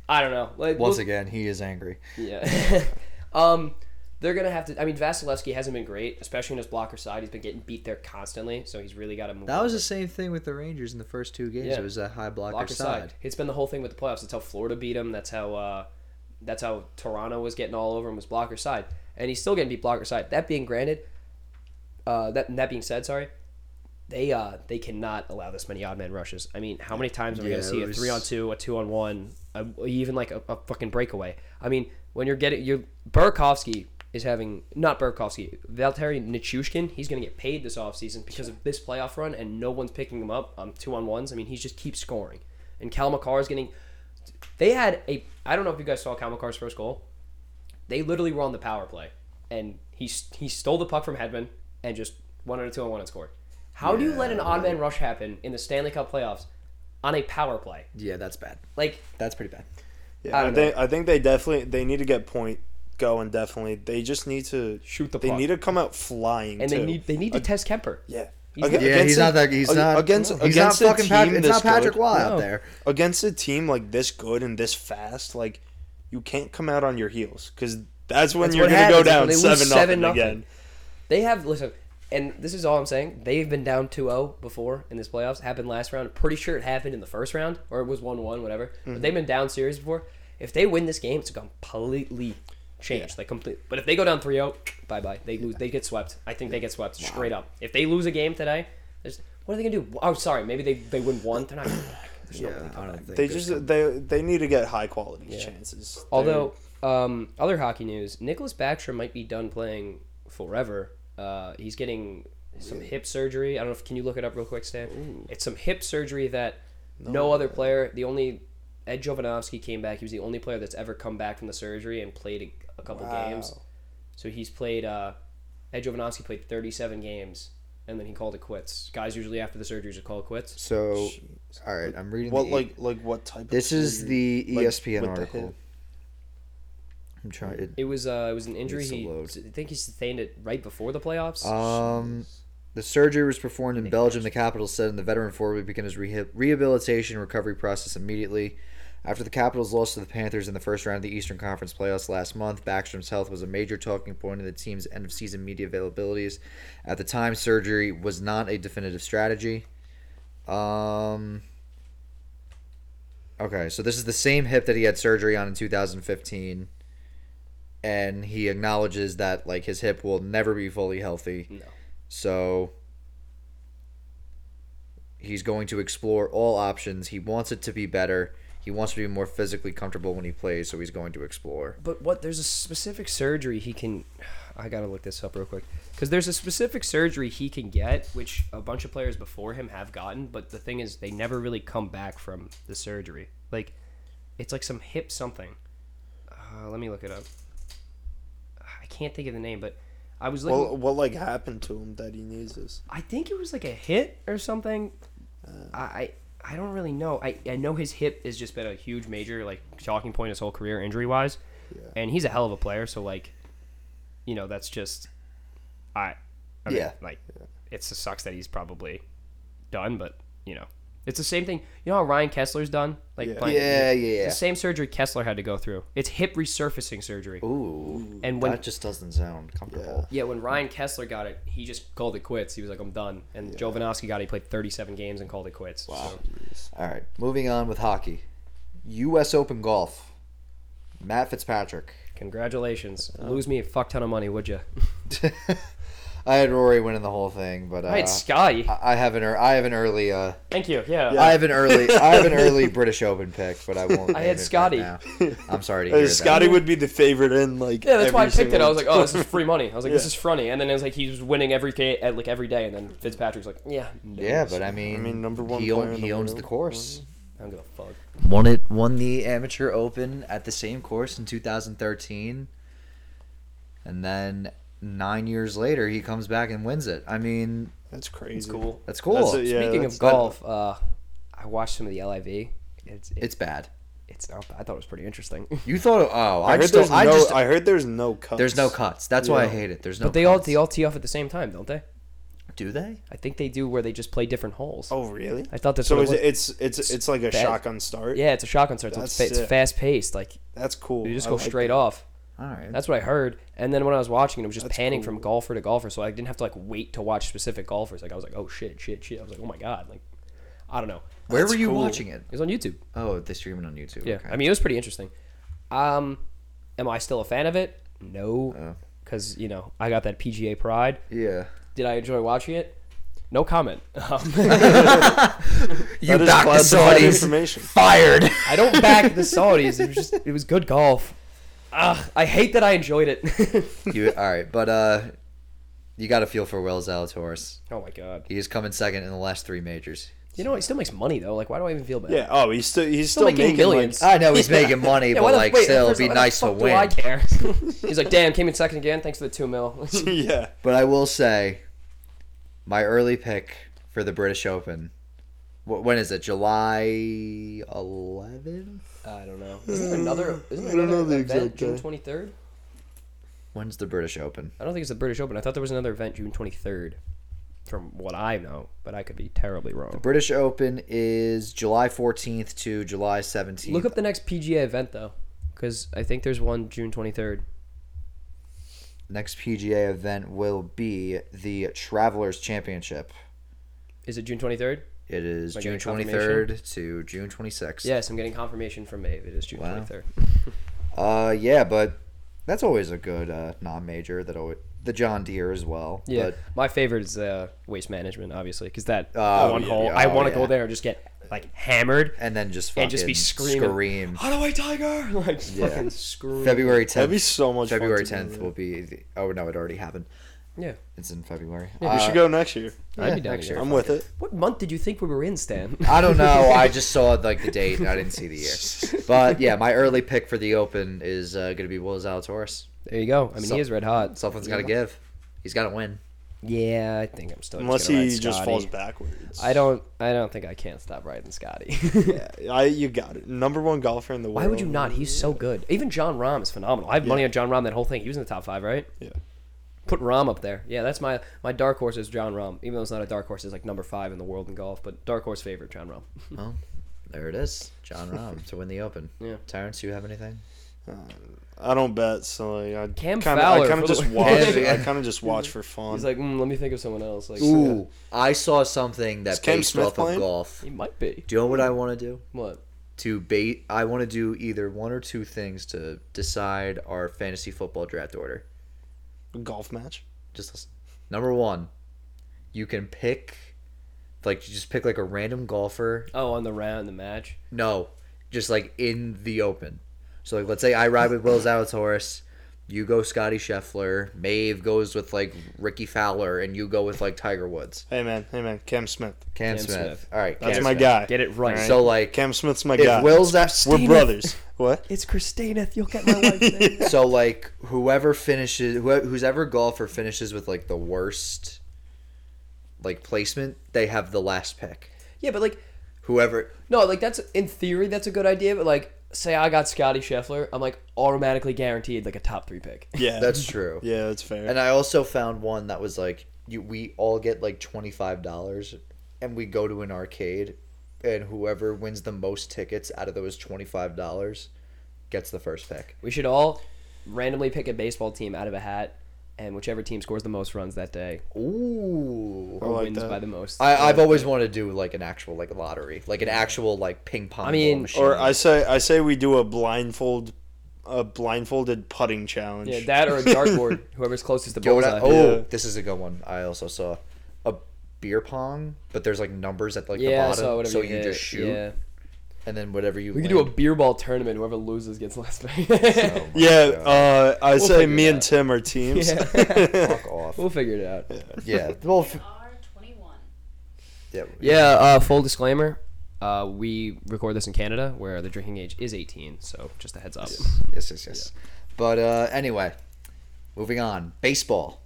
S2: I don't know. Like,
S1: Once
S2: we'll-
S1: again, he is angry.
S2: yeah. (laughs) um, they're going to have to. I mean, Vasilevsky hasn't been great, especially in his blocker side. He's been getting beat there constantly, so he's really got to move.
S1: That was the same thing with the Rangers in the first two games.
S2: Yeah.
S1: It was that high blocker,
S2: blocker
S1: side.
S2: side. It's been the whole thing with the playoffs. That's how Florida beat him. That's how uh, that's how Toronto was getting all over him was blocker side, and he's still getting beat blocker side. That being granted, uh, that that being said, sorry, they uh, they cannot allow this many odd man rushes. I mean, how many times are we
S1: Yeah,
S2: going to see
S1: it
S2: a
S1: was-
S2: three on two, a two on one, a, even like a, a fucking breakaway? I mean, when you're getting you Burkovsky is having not Burkovsky, Valteri Nichushkin, he's going to get paid this offseason because of this playoff run, and no one's picking him up on two on ones. I mean, he just keeps scoring, and Cal McCarr is getting. They had a I don't know if you guys saw Cal McCarr's first goal they literally were on the power play, and he he stole the puck from Hedman and just went on a two on one and scored. How do you let an odd man rush happen in the Stanley Cup playoffs on a power play?
S1: Yeah, that's bad.
S2: Like
S1: That's pretty bad.
S3: Yeah,
S2: I
S3: I,
S2: don't
S3: think I think they definitely they need to get point going. Definitely, they just need to
S2: Shoot the
S3: They
S2: puck.
S3: need to come out flying.
S2: and
S3: too.
S2: they need they need to test Kemper.
S3: Yeah.
S2: He's
S3: Aga-
S2: not-
S1: Yeah, he's
S3: a-
S1: not that. He's
S3: ag-
S1: not
S3: against
S1: He's
S3: against
S1: not
S3: a
S1: fucking Patrick.
S3: team
S1: It's not
S3: this
S1: Patrick
S3: good,
S1: Waugh out
S2: No.
S1: there.
S3: Against a team like this good and this fast, like you can't come out on your heels because that's when
S2: That's
S3: you're
S2: what
S3: gonna go
S2: happens, like,
S3: down
S2: when they lose
S3: seven nothing
S2: 7-0.
S3: again.
S2: They have listen, and this is all I'm saying. They've been down 2-0 before in this playoffs. Happened last round. Pretty sure it happened in the first round, or it was one one, whatever. But they've been down series before. If they win this game, it's a completely change. Like complete. But if they go down 3-0, bye bye. They lose. They get swept. I think they get swept straight up. If they lose a game today, there's, what are they gonna do? Oh, sorry. Maybe they they win one. They're not gonna come back. There's no way they
S1: I don't think
S3: They
S1: there's
S3: just they they need to get high quality chances. They're-
S2: Although, um, other hockey news: Nicholas Backstrom might be done playing forever. Uh, he's getting some hip surgery. I don't know if can you look it up real quick, Stan. It's some hip surgery that no, other player. The only Ed Jovanovski came back. He was the only player that's ever come back from the surgery and played a, a couple games.
S3: Wow.
S2: So he's played. Uh, Ed Jovanovski played 37 games, and then he called it quits. Guys usually after the surgery just call it quits.
S1: So, all right, I'm reading.
S3: what
S1: the-
S3: like like what type?
S1: This
S3: of
S1: is the E
S3: like,
S1: ESPN
S3: with the
S1: article.
S3: hip.
S1: I'm trying.
S2: It was uh, it was an injury.
S1: Needs to
S2: He, Ah. I
S1: load.
S2: think he sustained it right before the playoffs.
S1: Um, the surgery was performed in Belgium. The capital said, and the veteran forward would begin his reha- rehabilitation and recovery process immediately. After the Capitals lost to the Panthers in the first round of the Eastern Conference playoffs last month, Backstrom's health was a major talking point in the team's end of season media availabilities. At the time, surgery was not a definitive strategy. Um. Okay, so this is the same hip that he had surgery on in 2015, and he acknowledges that like his hip will never be fully healthy.
S2: No.
S1: So he's going to explore all options. He wants it to be better. He wants to be more physically comfortable when he plays, so he's going to explore.
S2: But what? There's a specific surgery he can. I gotta look this up real quick because there's a specific surgery he can get, which a bunch of players before him have gotten. But the thing is, they never really come back from the surgery. Like, it's like some hip something. Uh, let me look it up. I can't think of the name, but I was looking.
S3: Well, what like happened to him that he needs this?
S2: I think it was like a hit or something. I, I I don't really know. I, I know his hip has just been a huge major like talking point his whole career injury wise, and he's a hell of a player. So like, you know, that's just I I mean,
S1: Yeah.
S2: like it just sucks that he's probably done, but you know. It's the same thing. You know how Ryan Kessler's done? Like
S3: Yeah.
S2: playing-
S1: Yeah, yeah,
S2: it's
S1: yeah.
S2: The same surgery Kessler had to go through. It's hip resurfacing surgery.
S1: Oh, Ooh,
S2: And when
S1: that just doesn't sound comfortable.
S2: yeah, when Ryan Kessler got it, he just called it quits. He was like, "I'm done." And Jovanovski got it. He played 37 games and called it quits. Wow.
S1: All right, moving on with hockey. U.S. Open golf. Matt Fitzpatrick.
S2: congratulations. Lose me a fuck ton of money, would you?
S1: I had Rory winning the whole thing, but uh,
S2: I had Sky.
S1: I I have an ear- I have an early uh,
S2: Thank you. Yeah.
S1: I have an early I have an
S2: (laughs)
S1: early British Open pick, but I won't.
S2: I
S1: name
S2: had
S1: it right
S2: Scotty. (laughs)
S1: now. I'm sorry to
S3: Hey,
S1: hear that.
S3: Scotty would be the favorite in like.
S2: Yeah, that's why I
S3: every
S2: picked it. I
S3: single-
S2: was like, "Oh,
S3: (laughs)
S2: this is free money." I was like, "This
S3: Yeah.
S2: is funny," and then it was like he was winning every day, at like every day, and then Fitzpatrick's like, "Yeah, no,
S1: Yeah, but I mean,
S3: mean, number one
S1: he,
S3: player
S1: own,
S3: in
S1: he
S3: the
S1: owns
S3: world.
S1: the course.
S2: I don't give a fuck."
S1: Won it, won the amateur open at the same course in 2013, and then nine years later he comes back and wins it. I mean,
S3: That's crazy. It's
S2: cool.
S1: that's cool.
S3: That's it, yeah.
S2: Speaking
S3: that's-
S2: of golf, uh, I watched some of the LIV. It's it's
S1: It's bad.
S2: it's not. I thought it was pretty interesting. (laughs)
S1: You thought, oh,
S3: I,
S1: I,
S3: heard
S1: just,
S3: there's
S1: don't- I
S3: no.
S1: just,
S3: I heard there's no cuts.
S1: there's no cuts. That's why I
S3: Yeah.
S1: hate it. There's no.
S2: but they all
S1: cuts.
S2: they all tee off at the same time, don't they?
S1: do they?
S2: I think they do where they just play different holes.
S3: Oh really?
S2: I thought that's
S3: so.
S2: what
S3: Is
S2: it
S3: it, it's it's it's like a
S2: bad.
S3: shotgun start.
S2: Yeah, it's a shotgun start, so it's, fa-
S3: That's
S2: it's
S3: sick.
S2: fast paced. Like
S3: That's cool.
S2: you just
S3: I
S2: go
S3: like
S2: straight
S3: that.
S2: off.
S1: All right.
S2: That's what I heard. And then when I was watching, it was just
S3: That's
S2: panning from
S3: cool.
S2: golfer to golfer, so I didn't have to like wait to watch specific golfers. Like I was like, oh shit, shit, shit. I was like, oh my god. Like I don't know.
S1: Where were you
S3: cool.
S1: watching it?
S2: It was on YouTube.
S1: Oh, they stream it on YouTube.
S2: Yeah,
S1: Okay.
S2: I mean it was pretty interesting. Um, am I still a fan of it?
S3: Uh.
S2: No, because you know I got that PGA pride.
S1: yeah.
S2: Did I enjoy watching it? No comment. (laughs) Um,
S1: You
S3: That is
S1: back the
S3: classified
S1: Saudis. (laughs)
S3: information.
S1: Fired.
S2: I don't back the Saudis. It was just it was good golf. Ugh, I hate that I enjoyed it. (laughs)
S1: you all right? But uh, you got to feel for Will Zalatoris.
S2: oh my god.
S1: He has come in second in the last three majors.
S2: You know what? He still makes money though. Like why do I even feel bad?
S3: Yeah. Oh, he's still he's still,
S2: Still making
S3: making,
S2: millions.
S3: millions.
S1: I know he's making money,
S2: Yeah, why
S1: but
S2: the-
S1: like,
S2: wait,
S1: still, it'd
S2: first of
S1: be
S2: all, why the
S1: nice to
S2: fuck do
S1: win.
S2: I care?
S1: (laughs)
S2: He's like, damn, came in second again. Thanks for the two mil. (laughs)
S3: (laughs) yeah.
S1: But I will say, my early pick for the British Open. wh- When is it? July 11th?
S2: I don't know. Isn't there another? Isn't there
S3: I don't
S2: another
S3: know the
S2: event
S3: exact
S2: June
S3: day.
S2: twenty third?
S1: When's the British Open?
S2: I don't think it's the British Open. I thought there was another event June twenty third, from what I know, but I could be terribly wrong.
S1: British Open is July 14th to July 17th.
S2: Look up the next PGA event though, because I think there's one June twenty third.
S1: Next PGA event will be the Travelers Championship.
S2: Is it June twenty third?
S1: It is
S2: Am I
S1: June
S2: getting
S1: 23rd to June 26th.
S2: Yes, I'm getting confirmation from Maeve. It is June
S1: Wow.
S2: twenty third.
S1: Uh, yeah, but that's always a good uh, non-major. That always the John Deere as well.
S2: Yeah,
S1: But
S2: my favorite is uh, waste management, obviously, because that
S1: Oh,
S2: one
S1: yeah,
S2: hole.
S1: yeah.
S2: I
S1: Oh,
S2: want to
S1: yeah.
S2: go there and just get like hammered.
S1: (laughs) and then just fucking
S2: And just be screaming.
S1: Scream.
S2: Runaway tiger! Like fucking screw.
S1: February 10th.
S3: That'd be so much. fun
S1: February
S3: to do,
S1: 10th
S3: yeah.
S1: will be. The, oh no, it already happened.
S2: Yeah.
S1: It's in February.
S3: We
S1: Uh,
S3: should go next year.
S2: I'd be
S1: yeah,
S2: down
S1: next
S2: to go.
S1: year.
S3: I'm with it.
S2: What month did you think we were
S1: (laughs)
S2: in, Stan?
S1: I don't
S2: (laughs)
S1: know. I just saw like the date. and I didn't see the year. But yeah, my early pick for the Open is uh, going to be Will Zalatoris.
S2: there you go. I mean,
S1: So-
S2: he is red hot.
S1: Something's got to give. He's got to win.
S2: Yeah, I think I'm still.
S3: Unless
S2: just gonna
S3: he
S2: ride
S3: just
S2: Scotty.
S3: falls backwards.
S2: I don't. I don't think I can stop riding Scotty. (laughs)
S3: I you got it. Number one golfer in the world.
S2: Why
S1: Oh,
S2: would you not? He's so good. Even John Rahm is phenomenal. I have money on John Rahm. That whole thing. He was in the top five, right?
S3: Yeah.
S2: Put Rahm up there. Yeah, that's my my dark horse is John Rahm. Even though it's not a dark horse, it's like number five in the world in golf. But dark horse favorite, John Rahm.
S1: Well, there it is. John Rahm to win the Open.
S2: Yeah.
S1: Terrence, you have anything?
S3: I don't bet, so like I
S2: Cam
S3: kinda,
S2: Fowler
S3: I kind
S2: for
S3: of
S2: the
S3: just
S2: win.
S3: watch.
S1: Yeah.
S2: (laughs)
S3: I kind of just watch for fun.
S2: He's like, mm, let me think of someone else. Like,
S1: Ooh, I saw something that
S3: Cam
S1: based
S3: Smith
S1: off
S3: playing?
S1: of golf.
S2: he might be.
S1: Do you know what I want to do?
S2: What?
S1: To bait, I want to do either one or two things to decide our fantasy football draft order.
S3: golf match.
S1: Just listen. Number one, you can pick, like, you just pick like a random golfer.
S2: Oh, on the round, the match.
S1: No, just like in the open. So like, let's say I ride with Will Zalatoris. You go Scotty Scheffler. Maeve goes with like Ricky Fowler, and you go with like Tiger Woods.
S3: Hey man, hey man, Cam Smith.
S1: Cam,
S2: Cam
S1: Smith.
S2: Smith.
S1: All right,
S3: That's
S1: Cam
S3: my
S1: Smith.
S3: guy.
S2: Get it right.
S1: So like,
S3: Cam Smith's my
S1: if
S3: guy.
S1: Will Zap-
S3: We're brothers.
S2: (laughs)
S3: what?
S2: It's Christina. You'll get my wife's name.
S1: (laughs) so like whoever finishes whoever, whoever golfer finishes with like the worst like placement they have the last pick
S2: Yeah, but like,
S1: whoever
S2: no, like that's in theory that's a good idea, but like say I got Scotty Scheffler, I'm like automatically guaranteed like a top three pick. (laughs)
S3: Yeah,
S1: That's true.
S3: yeah, that's fair.
S1: And I also found one that was like you, we all get like twenty five dollars, and we go to an arcade, and whoever wins the most tickets out of those twenty five dollars gets the first pick.
S2: We should all randomly pick a baseball team out of a hat, and whichever team scores the most runs that day
S1: Ooh.
S2: or
S3: like
S2: wins
S3: that.
S2: by the most.
S1: I, I've always wanted to do like an actual like lottery, like an actual like ping pong.
S2: I mean,
S1: ball machine.
S3: or I say I say we do a blindfold, a blindfolded putting challenge.
S2: yeah, that or a dartboard. (laughs) Whoever's closest to
S1: Yo, what
S2: bullseye.
S1: I- oh,
S3: Yeah.
S1: this is a good one. I also saw a beer pong, but there's like numbers at like
S2: yeah,
S1: the
S2: so
S1: bottom,
S2: whatever
S1: so
S2: you,
S1: you,
S2: hit,
S1: just shoot,
S2: Yeah.
S1: and then whatever you.
S2: We could do a beer ball tournament. Whoever loses gets last pick.
S3: Yeah, uh, I say
S2: figure
S3: me
S2: it
S3: and
S2: out.
S3: Tim are teams.
S2: (laughs)
S1: (laughs)
S2: Yeah.
S1: fuck
S2: (laughs)
S1: off.
S2: we'll figure it out.
S1: Yeah, well,
S4: We
S1: f-
S4: are 21.
S1: yeah,
S2: Yeah, uh, full disclaimer. Uh, we record this in Canada where the drinking age is 18, so just a heads up.
S1: yes, yes, yes. But uh, anyway, moving on. Baseball.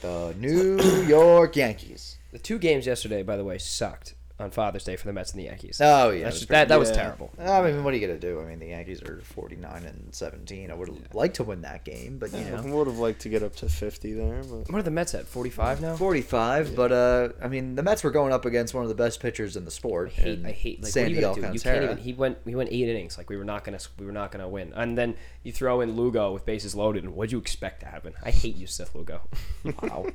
S1: The New
S2: (coughs)
S1: York Yankees.
S2: The two games yesterday, by the way, sucked on Father's Day for the Mets and the Yankees.
S1: Oh yeah, it
S2: That's
S1: was
S2: just- that that was
S3: yeah.
S2: terrible.
S1: pretty- I mean, what are you gonna do? I mean, the Yankees are forty nine and seventeen. I would like to win that game, but you
S3: (laughs) I
S1: know,
S3: would have liked to get up to fifty there, but
S2: What are the Mets at? 45 now?
S1: forty five. But uh, I mean, the Mets were going up against one of the best pitchers in the sport.
S2: I hate,
S1: in
S2: I hate like
S1: Sandy
S2: what are you gonna do? You
S1: Alcantara.
S2: can't even. He went he went eight innings. Like we were not gonna we were not gonna win. And then you throw in Lugo with bases loaded. And what'd you expect to happen? I hate you, Seth Lugo.
S1: Wow.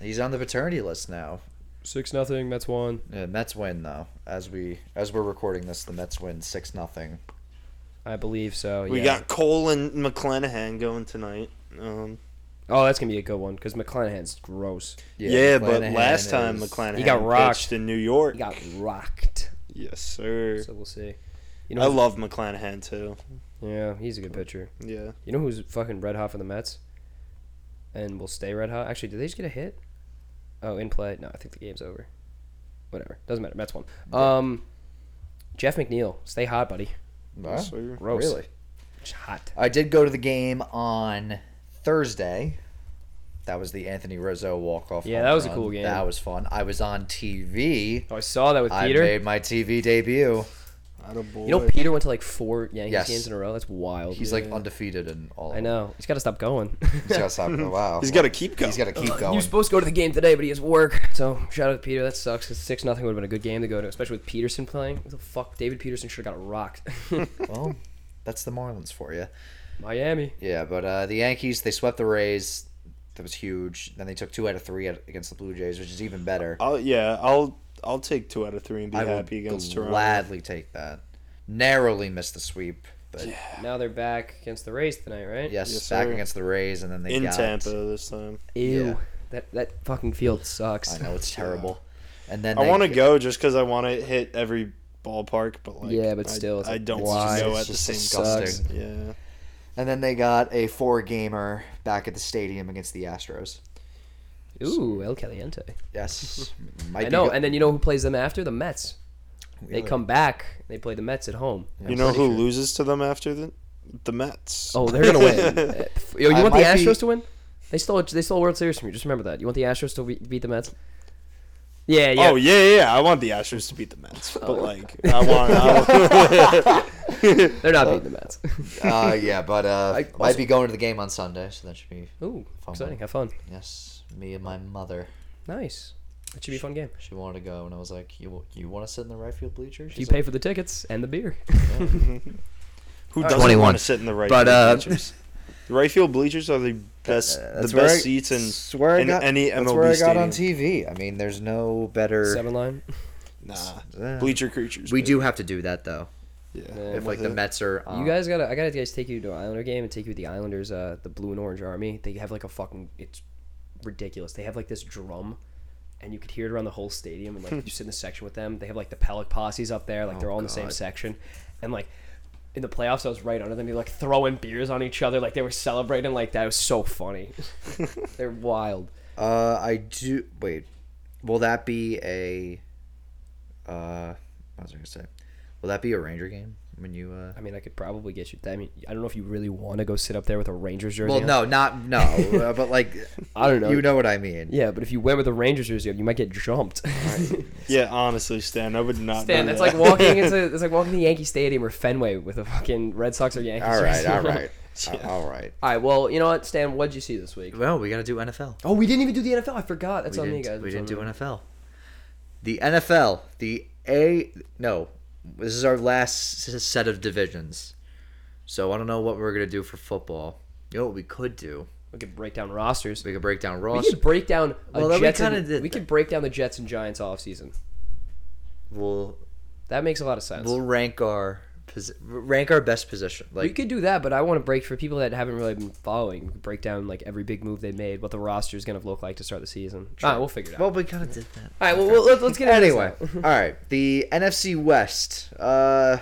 S1: He's on the paternity list now.
S2: (laughs) Six nothing. Mets won.
S1: Yeah, Mets win though. As we as we're recording this, the Mets win six nothing.
S2: I believe so.
S3: we
S2: yeah.
S3: got Cole and McClanahan going tonight. Um,
S2: Oh, that's gonna be a good one because McClanahan's gross.
S3: yeah, but last time McClanahan
S2: He got rocked.
S3: pitched in New York.
S2: He got rocked.
S3: yes, sir.
S2: So we'll see. You know,
S3: I
S2: who-
S3: love McClanahan too.
S2: yeah, he's a good pitcher.
S3: Yeah,
S2: You know who's fucking red hot for the Mets, and will stay red hot. Actually, did they just get a hit? Oh, in play. No, I think the game's over. Whatever, doesn't matter. Mets won. Um, Jeff McNeil, stay hot, buddy.
S3: yes, sir.
S2: Gross.
S1: Really?
S2: Just hot.
S1: I did go to the game on Thursday. That was the Anthony Rizzo walk off.
S2: Yeah, that was a cool game.
S1: That was fun. I was on TV.
S2: Oh, I saw that with
S1: I
S2: Peter.
S1: made my TV debut.
S3: Attaboy.
S2: you know, Peter went to like four Yankees
S1: Yes.
S2: games in a row. That's wild.
S1: He's like undefeated and all.
S2: I know. He's got to stop going. (laughs)
S1: He's got to stop. Wow.
S3: He's got to keep going.
S1: He's got to keep
S2: He
S1: going.
S2: was Uh, supposed to go to the game today, but he has work. So shout out to Peter. That sucks. Cause six nothing would have been a good game to go to, especially with Peterson playing. What the fuck, David Peterson should have got rocked. (laughs)
S1: Well, that's the Marlins for you.
S2: Miami.
S1: Yeah, but uh, the Yankees they swept the Rays. That was huge. Then they took two out of three at, against the Blue Jays, which is even better.
S3: I'll, yeah, I'll I'll take two out of three and be
S1: I will
S3: happy against Toronto.
S1: gladly take that. Narrowly missed the sweep, but
S2: Now they're back against the Rays tonight, right?
S1: yes,
S3: Yes,
S1: back
S3: sir.
S1: against the Rays, and then they
S3: In
S1: got,
S3: Tampa this time.
S2: Ew.
S1: Yeah.
S2: That that fucking field sucks.
S1: I know (laughs) it's terrible. And then
S3: I
S1: they-
S3: want to go just because I want to hit every ballpark, but like
S2: Yeah, but
S3: I-
S2: still, it's
S3: I,
S2: like,
S3: don't
S2: why?
S3: want to go
S1: It's
S3: at the
S1: just
S3: same
S1: disgusting.
S3: time. Yeah,
S1: And then they got a four gamer back at the stadium against the Astros.
S2: (laughs) Ooh, El Caliente.
S1: (laughs) Yes,
S2: I know. And then you know who plays them after? The Mets. They come back. They play the Mets at home.
S3: you know who loses to them after the the Mets?
S2: Oh, they're gonna
S1: (laughs)
S2: win. Uh, Yo, you
S1: I
S2: want the
S1: might be-
S2: Astros to win? They stole. They stole a World Series from you. Just remember that. You want the Astros to be- beat the Mets? Yeah. Yeah. Oh.
S3: Oh yeah, yeah, yeah. I want the Astros to beat the Mets, but like I want,
S2: (laughs)
S3: I want (laughs)
S2: They're not beating the Mets. (laughs)
S1: uh, yeah, but uh, might be going to the game on Sunday, so that should be
S2: Ooh,
S1: Fun
S2: exciting.
S1: one.
S2: Have fun.
S1: yes. Me and my mother,
S2: Nice. That should be a fun game.
S1: she wanted to go, and I was like, "You you want to sit in the right field bleachers?"
S2: You
S1: She's
S2: pay for the tickets and the beer.
S3: who doesn't
S1: 21.
S3: want to sit in the right
S1: But,
S3: field
S1: uh,
S3: bleachers? The right field bleachers are the best,
S1: That's
S3: the
S1: where
S3: best
S1: I-
S3: seats in,
S1: that's where I
S3: in
S1: got-
S3: any MLB
S1: That's where I got
S3: stadium.
S1: on TV. I mean, there's no better.
S2: Seven line.
S3: Nah,
S1: Uh,
S3: bleacher creatures.
S1: we
S3: baby.
S1: do have to do that though.
S3: Yeah.
S2: Yeah.
S1: If like the Mets are, um,
S2: You guys gotta, I gotta guys take you to an Islander game and take you to the Islanders, uh, the Blue and Orange Army. They have like a fucking, it's ridiculous. They have like this drum, and you could hear it around the whole stadium. And (laughs) like you sit in the section with them. They have like the Pelic posse's up there, like they're all in the same section, and like in the playoffs, I was right under them. They were like throwing beers on each other, like they were celebrating like that. It was so (laughs) funny. they're wild.
S1: Uh, I do. Wait, will that be a? Uh, what was I gonna say? Will that be a Ranger game when you? uh
S2: I mean, I could probably get you. I mean, I don't know if you really want to go sit up there with a Rangers jersey.
S1: Well,
S2: on.
S1: no, not
S2: (laughs)
S1: no, uh, but like
S2: I don't know.
S1: you know what I mean.
S2: (laughs) Yeah, but if you went with a Rangers jersey, on, you might get jumped.
S3: Yeah, honestly, Stan, I would not.
S2: Stan,
S3: do
S2: that's
S3: that.
S2: like
S1: (laughs)
S2: walking into it's like walking to Yankee Stadium or Fenway with a fucking Red Sox or Yankees.
S1: All right,
S2: jersey (laughs)
S1: all
S2: on.
S1: right, all right.
S2: All right. Well, you know what, Stan? What'd you see this week?
S1: Well, we gotta do NFL.
S2: Oh, we didn't even do the NFL. I forgot. That's
S1: we
S2: on me,
S1: didn't,
S2: guys.
S1: we
S2: That's
S1: didn't
S2: on
S1: do
S2: me.
S1: NFL. The NFL, the A. No, this is our last s- set of divisions. So I don't know what we're gonna do for football. You know what we could do?
S2: We could break down rosters.
S1: We could break down
S2: We
S1: Ross.
S2: could break down. A
S1: Well, that we
S2: Jets
S1: kinda
S2: and,
S1: did
S2: We
S1: that.
S2: could break down the Jets and Giants off season.
S1: We'll
S2: That makes a lot of sense.
S1: we'll rank our posi- rank our best position.
S2: we
S1: Like
S2: could do that, but I want to break for people that haven't really been following. we could Break down like every big move they made, what the roster is going to look like to start the season. All right, we'll figure it out.
S1: well, we kind of did that.
S2: All right, well, well let's, let's get into this
S1: anyway,
S2: now. (laughs)
S1: all right. The NFC West, uh,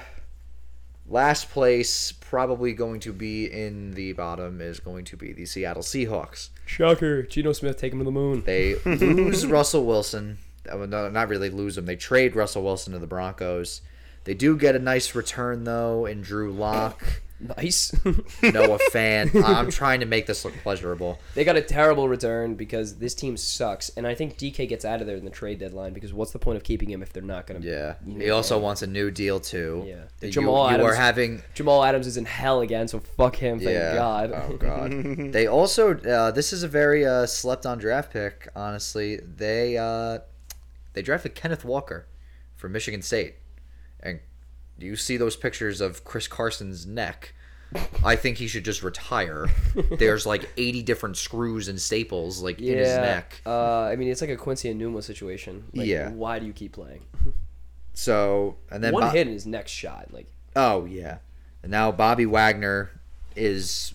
S1: last place, probably going to be in the bottom, is going to be the Seattle Seahawks.
S2: Shocker, Geno Smith take him to the moon.
S1: (laughs) They lose Russell Wilson. Uh, well, no, not really lose him. They trade Russell Wilson to the Broncos. They do get a nice return though in Drew Lock,
S2: Nice. (laughs)
S1: (laughs) Noah Fan. I'm trying to make this look pleasurable.
S2: they got a terrible return because this team sucks, and I think DK gets out of there in the trade deadline because what's the point of keeping him if they're not going to?
S1: Yeah. He also wants a new deal too.
S2: Yeah.
S1: You,
S2: Jamal
S1: you are
S2: Adams-
S1: having
S2: Jamal Adams is in hell again, so fuck him. Thank God.
S1: Oh God. they also uh, this is a very uh, slept on draft pick. Honestly, they uh, they drafted Kenneth Walker from Michigan State, and you see those pictures of Chris Carson's neck. I think he should just
S2: (laughs)
S1: retire. There's like 80 different screws and staples like in his
S2: (laughs) yeah.
S1: neck.
S2: Uh, I mean, it's like a Quincy and Numa situation. Like,
S1: Yeah.
S2: Why do you keep playing?
S1: So and then
S2: One
S1: Bo-
S2: hit in his next shot. Like
S1: Oh yeah. And now Bobby Wagner is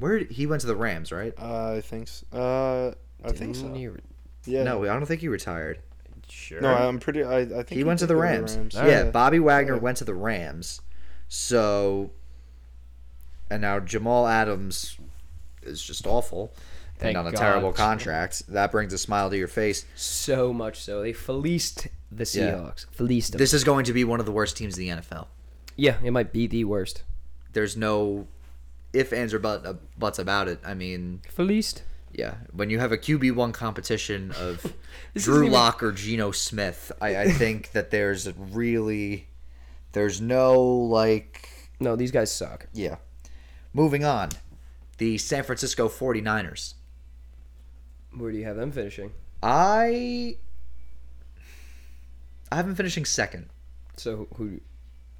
S1: where he went to the Rams, right?
S3: (laughs) Uh, I think. So. Uh, I think so.
S2: near-
S3: Yeah.
S1: No, I don't think he retired.
S2: Sure.
S3: No, I'm pretty. I, I think
S1: he went to
S3: did
S1: the
S3: go
S1: Rams. Yeah,
S3: Yeah.
S1: Bobby Wagner
S3: Yeah.
S1: went to the Rams. So, and now Jamal Adams is just awful
S2: Thank
S1: and on a
S2: God.
S1: terrible contract. That brings a smile to your face.
S2: so much so they fleeced
S1: Yeah.
S2: the Seahawks. Fleeced them.
S1: This is going to be one of the worst teams in the NFL.
S2: yeah, it might be the worst.
S1: There's no if ands or but, uh, buts about it. I mean,
S2: Fleeced.
S1: yeah, when you have a QB one competition of
S2: (laughs) This isn't
S1: Drew
S2: even-
S1: Lock or Geno Smith, I,
S2: (laughs)
S1: I think that there's a really there's no like
S2: No, these guys suck.
S1: Yeah. Moving on, the San Francisco 49ers.
S2: Where do you have them finishing?
S1: I I have them finishing second.
S2: So who?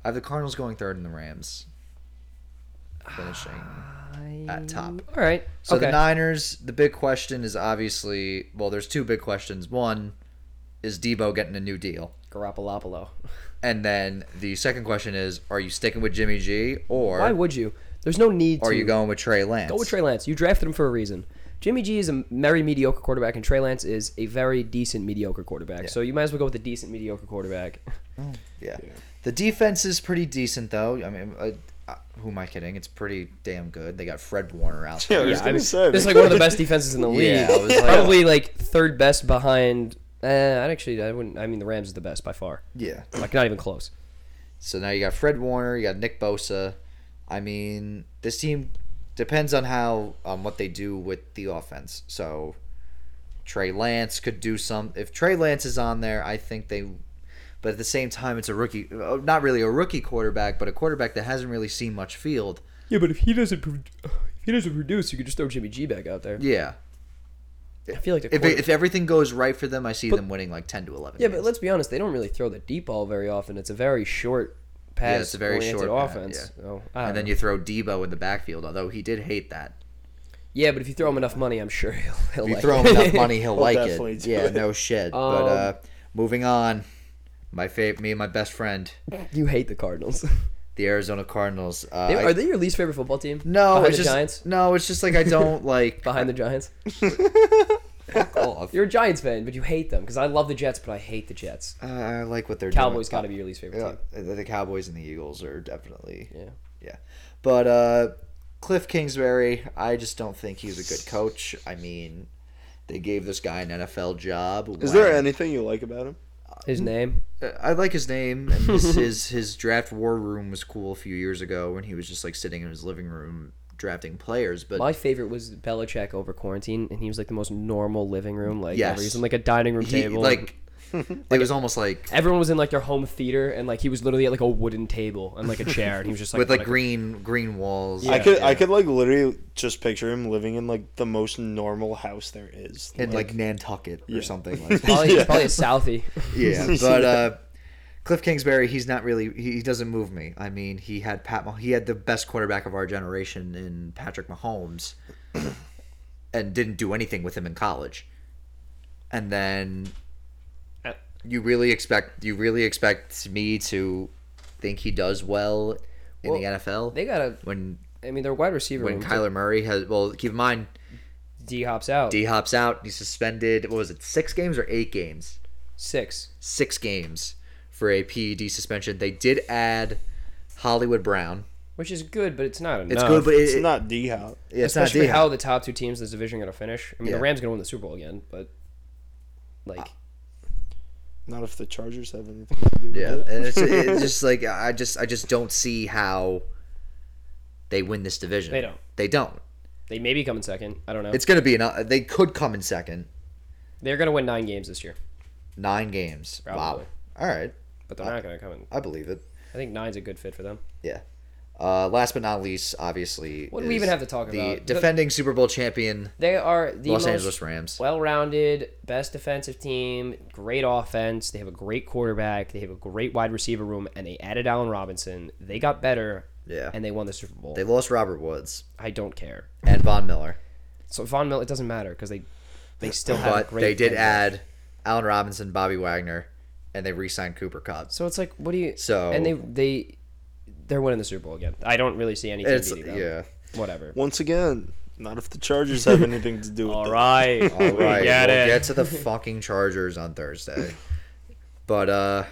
S1: I have the Cardinals going third and the Rams finishing at top.
S2: All right.
S1: So
S2: okay.
S1: the Niners, the big question is obviously, well there's two big questions. One is Debo getting a new deal?
S2: Garoppolo.
S1: And then the second question is are you sticking with Jimmy G or
S2: Why would you? There's no need.
S1: are
S2: to.
S1: you going with Trey Lance?
S2: Go with Trey Lance. You drafted him for a reason. Jimmy G is a very mediocre quarterback, and Trey Lance is a very decent mediocre quarterback. So you might as well go with a decent
S1: (laughs)
S2: mediocre quarterback.
S1: Yeah. The defense is pretty decent, though. I mean, uh, uh, who am I kidding? It's pretty damn good. They got Fred Warner out
S3: Yeah, I
S1: there.
S3: was gonna say.
S2: This is like one of the best defenses in the league.
S1: Yeah,
S2: (laughs)
S1: I was like-
S2: Probably like third best behind. Eh, I'd actually, I wouldn't. I mean, the Rams is the best by far.
S1: Yeah.
S2: Like not even close.
S1: So now you got Fred Warner, you got Nick Bosa. I mean, this team depends on how on what they do with the offense. So Trey Lance could do some. If Trey Lance is on there, I think they. But at the same time, it's a rookie, uh, not really a rookie quarterback, but a quarterback that hasn't really seen much field.
S2: Yeah, but if he doesn't, if he doesn't produce, you could just throw Jimmy G back out there.
S1: Yeah.
S2: I feel like the
S1: If,
S2: quarter-
S1: if everything goes right for them, I see them winning like ten to eleven.
S2: yeah, but
S1: games.
S2: let's be honest, they don't really throw the deep ball very often. It's a very short pass.
S1: it's a very
S2: oriented
S1: short pass,
S2: offense.
S1: yeah.
S2: So, I don't
S1: and then
S2: know.
S1: you throw Debo in the backfield, although he did hate that.
S2: yeah, but if you throw him enough money, I'm sure (laughs) he'll. he'll
S1: If you
S2: like
S1: throw
S2: it.
S1: him
S2: (laughs)
S1: enough money, he'll like
S3: definitely
S1: it.
S3: do
S1: Yeah,
S3: it.
S1: no shit. but uh,
S2: Um,
S1: moving on, my favorite, me and my best friend,
S2: (laughs) you hate the Cardinals.
S1: the Arizona Cardinals. Uh,
S2: They-
S1: I-
S2: are they your least favorite football team?
S1: no,
S2: behind
S1: it's
S2: the
S1: just
S2: Giants.
S1: no, it's just like I
S2: (laughs)
S1: don't like
S2: Behind the Giants,
S1: off.
S2: you're a Giants fan, but you hate them because I love the Jets, but I hate the Jets.
S1: Uh, I like what they're
S2: Cowboys got
S1: doing.
S2: to be your least favorite
S1: Yeah,
S2: team.
S1: the the Cowboys and the Eagles are definitely
S2: Yeah.
S1: yeah. But uh, Cliff Kingsbury, I just don't think he's a good coach. I mean, they gave this guy an NFL job.
S3: Is there
S1: when-
S3: anything you like about him?
S2: His name.
S1: Uh, I like his name, and
S2: (laughs)
S1: his, his his draft war room was cool a few years ago when he was just like sitting in his living room drafting players. But
S2: My favorite was Belichick over quarantine, and he was like the most normal living room, like
S1: Yes.
S2: yes. he was in like a dining room
S1: he
S3: (laughs)
S2: table,
S1: like it was almost like
S2: Everyone was in like their home theater, and like he was literally at like a wooden table and like a chair, and he was just like
S1: with
S2: what
S1: like
S2: a-
S1: green green walls.
S3: I could I could like literally just picture him living in like the most normal house there is.
S1: in like, Nantucket or
S3: (laughs)
S1: something like that. (laughs)
S2: Probably,
S3: Yeah.
S2: probably a Southie. (laughs)
S1: yeah, but uh, Cliff Kingsbury, he's not really he, he doesn't move me. I mean, he had Pat Mah- he had the best quarterback of our generation in Patrick (clears throat) Mahomes, and didn't do anything with him in college. And then Uh, you really expect you really expect me to think he does well in the NFL
S2: They got a.
S1: when
S2: I mean, their wide receiver
S1: when
S2: when
S1: Kyler Murray has well keep in mind
S2: D hops out
S1: D hops out he's suspended what was it six games or eight games
S2: six.
S1: six games for a PED suspension. They did add Hollywood Brown.
S2: Which is good, but it's not enough.
S1: It's good, but it,
S3: it's not D Hop.
S1: yeah, it's not
S2: especially
S1: D-Hop.
S2: how the top two teams in this division are going to finish. I mean,
S1: Yeah. Uh,
S2: the Rams going to win the Super Bowl again, but like
S3: Not if the Chargers have anything to do with
S1: Yeah,
S3: it.
S1: and it's, it's just like I just I just don't see how they win this division.
S2: They don't.
S1: They don't.
S2: they may be coming second. I don't know.
S1: It's gonna be an. They could come in second.
S2: They're going to win nine games this year,
S1: Nine games. Wow.
S2: Probably.
S1: All right,
S2: but
S1: Uh,
S2: they're not going to come in.
S1: I believe it.
S2: I think nine's a good fit for them.
S1: Yeah. Uh, last but not least, obviously,
S2: What do we
S1: is
S2: even have to talk
S1: the
S2: about? The-
S1: defending Super Bowl champion
S2: They are the
S1: Los
S2: most
S1: Angeles Rams.
S2: well-rounded, best defensive team, great offense. They have a great quarterback. They have a great wide receiver room, and they added Allen Robinson. They got better.
S1: Yeah.
S2: and they won the Super Bowl.
S1: They lost Robert Woods
S2: I don't care.
S1: and Von Miller.
S2: So Von Miller, it doesn't matter because they they still have. a
S1: but
S2: great
S1: they did
S2: defense.
S1: add Allen Robinson, Bobby Wagner, and they re-signed Cooper Cup.
S2: So it's like, what do you?
S1: So-
S2: and they they they're winning the Super Bowl again. I don't really see anything.
S1: It's
S2: beating them.
S5: (laughs)
S1: yeah,
S2: whatever.
S3: Once again, not if the
S1: (laughs)
S3: Chargers have anything to do with
S5: All
S3: it.
S5: right.
S1: all right.
S5: (laughs) get
S1: we'll
S5: it.
S1: get to the fucking Chargers on Thursday, but uh,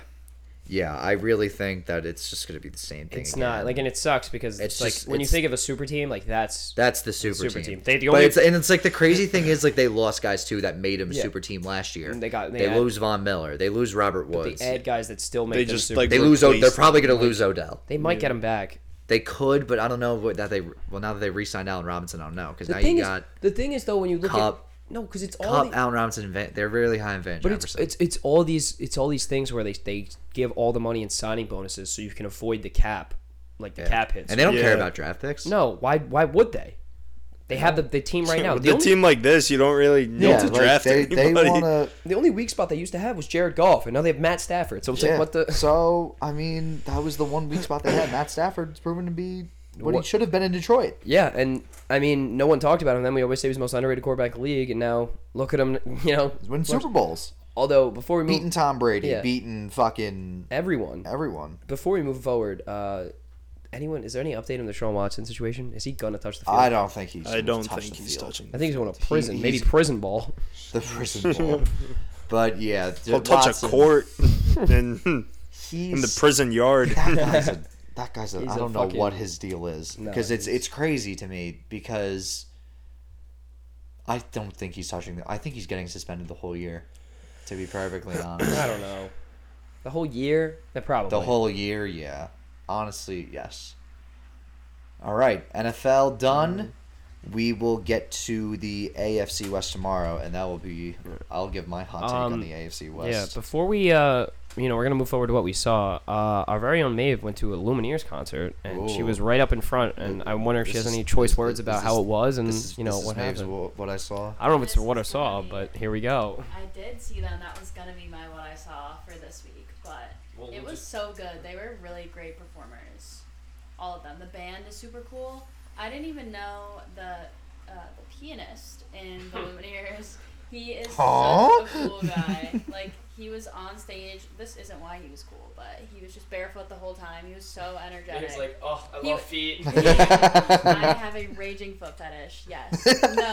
S1: yeah, I really think that it's just gonna be the same thing.
S2: It's
S1: again.
S2: not like, and it sucks because
S1: It's
S2: it's, like
S1: just-
S2: when you
S1: it's-
S2: think of a super team, like that's
S1: that's the super,
S2: super
S1: team.
S2: team. They- the
S1: but
S2: only-
S1: it's and it's like the crazy thing is like they lost guys too that made them a super team last year.
S2: And they got-
S1: they,
S2: they add-
S1: lose Von Miller. They lose Robert
S2: the
S1: Woods. They,
S2: ad guys that still make.
S3: They
S2: them
S3: just,
S2: super
S3: like-
S1: lose. O-
S3: replace
S1: they're probably gonna lose Odell.
S2: They might get him back.
S1: They could, but I don't know what that they. Well, now that they re-signed Allen Robinson, I don't know because
S2: The
S1: now
S2: thing
S1: you
S2: is,
S1: got
S2: the thing is though, when you look
S1: Cup.
S2: at no, because it's all
S1: Cup,
S2: the,
S1: Allen Robinson, and Van, they're really high in Van
S2: but it's
S1: Jefferson.
S2: it's it's all these it's all these things where they they give all the money in signing bonuses so you can avoid the cap, like the cap hits.
S1: and they don't care
S3: Yeah.
S1: about draft picks.
S2: no, why why would they? They have the, the team right now.
S3: With
S2: The
S3: a
S2: only-
S3: team like this, you don't really need
S1: yeah,
S3: to
S1: like,
S3: draft
S1: they,
S3: anybody.
S1: they want to.
S2: The only weak spot they used to have was Jared Goff, and now they have Matt Stafford. So it's
S1: Yeah.
S2: like, what
S1: (laughs)
S2: the?
S1: So I mean, that was the one weak spot they had. Matt Stafford's proven to be what,
S2: What-
S1: he should have been in Detroit.
S2: Yeah, and I mean, no one talked about him. Then we always say he was the most underrated quarterback in the league, and now look at him. (laughs) You know,
S1: He's winning Super Bowls,
S2: although before we move,
S1: beating Tom Brady,
S2: Yeah.
S1: beating fucking
S2: everyone
S1: everyone.
S2: before we move forward, uh, anyone is there any update on the Sean Watson situation? Is he gonna touch the field?
S1: I don't think he's.
S3: I don't
S1: touched
S3: think
S1: the
S3: he's
S1: field.
S3: touching.
S2: I think he's going to prison,
S1: He-
S2: maybe
S1: he's-
S2: prison ball. (laughs)
S1: the prison
S3: (laughs)
S1: ball. But yeah,
S3: He'll touch
S1: Watson, (laughs)
S3: a court in,
S1: He's
S3: in the prison yard.
S1: that guy's
S2: (laughs)
S1: a, that guy's a,
S2: He's
S1: I
S2: a
S1: don't know
S2: fucking-
S1: what his deal is because it's it's crazy to me because I don't think he's touching the I think he's getting suspended the whole year to be
S2: (coughs)
S1: perfectly honest
S2: I don't know. The whole year, that probably
S1: the whole year yeah honestly yes all right NFL done
S2: Mm.
S1: we will get to the AFC West tomorrow and that will be I'll give my hot take on
S2: Um,
S1: the AFC
S2: Yeah,
S1: West
S2: before we, uh, you know, we're gonna move forward to what we saw. Uh, our very own Maeve went to a Lumineers concert, and she
S1: Ooh.
S2: was right up in front. And I wonder if she
S1: This is-
S2: has any choice
S1: this-
S2: words
S1: this
S2: about
S1: is-
S2: how it was, and
S1: This is-
S2: mm, you know
S1: this is
S2: what
S1: Maeve's
S2: happened.
S1: wh- what I saw (laughs)
S2: I don't know if it's
S4: This
S2: what I
S4: is
S2: saw,
S4: gonna
S2: but here we go.
S4: I did see them. That was gonna be my what I saw for this week, but it was so good. They were really great performers, all of them. The band is super cool. I didn't even know the uh, the pianist in the Lumineers. He is
S1: Aw.
S4: such a cool guy. like he was on stage. This isn't why he was cool, but he was just barefoot the whole time. He was so energetic.
S2: oh, I
S4: He- love
S1: (laughs)
S2: feet.
S4: I have a raging foot fetish. Yes. No.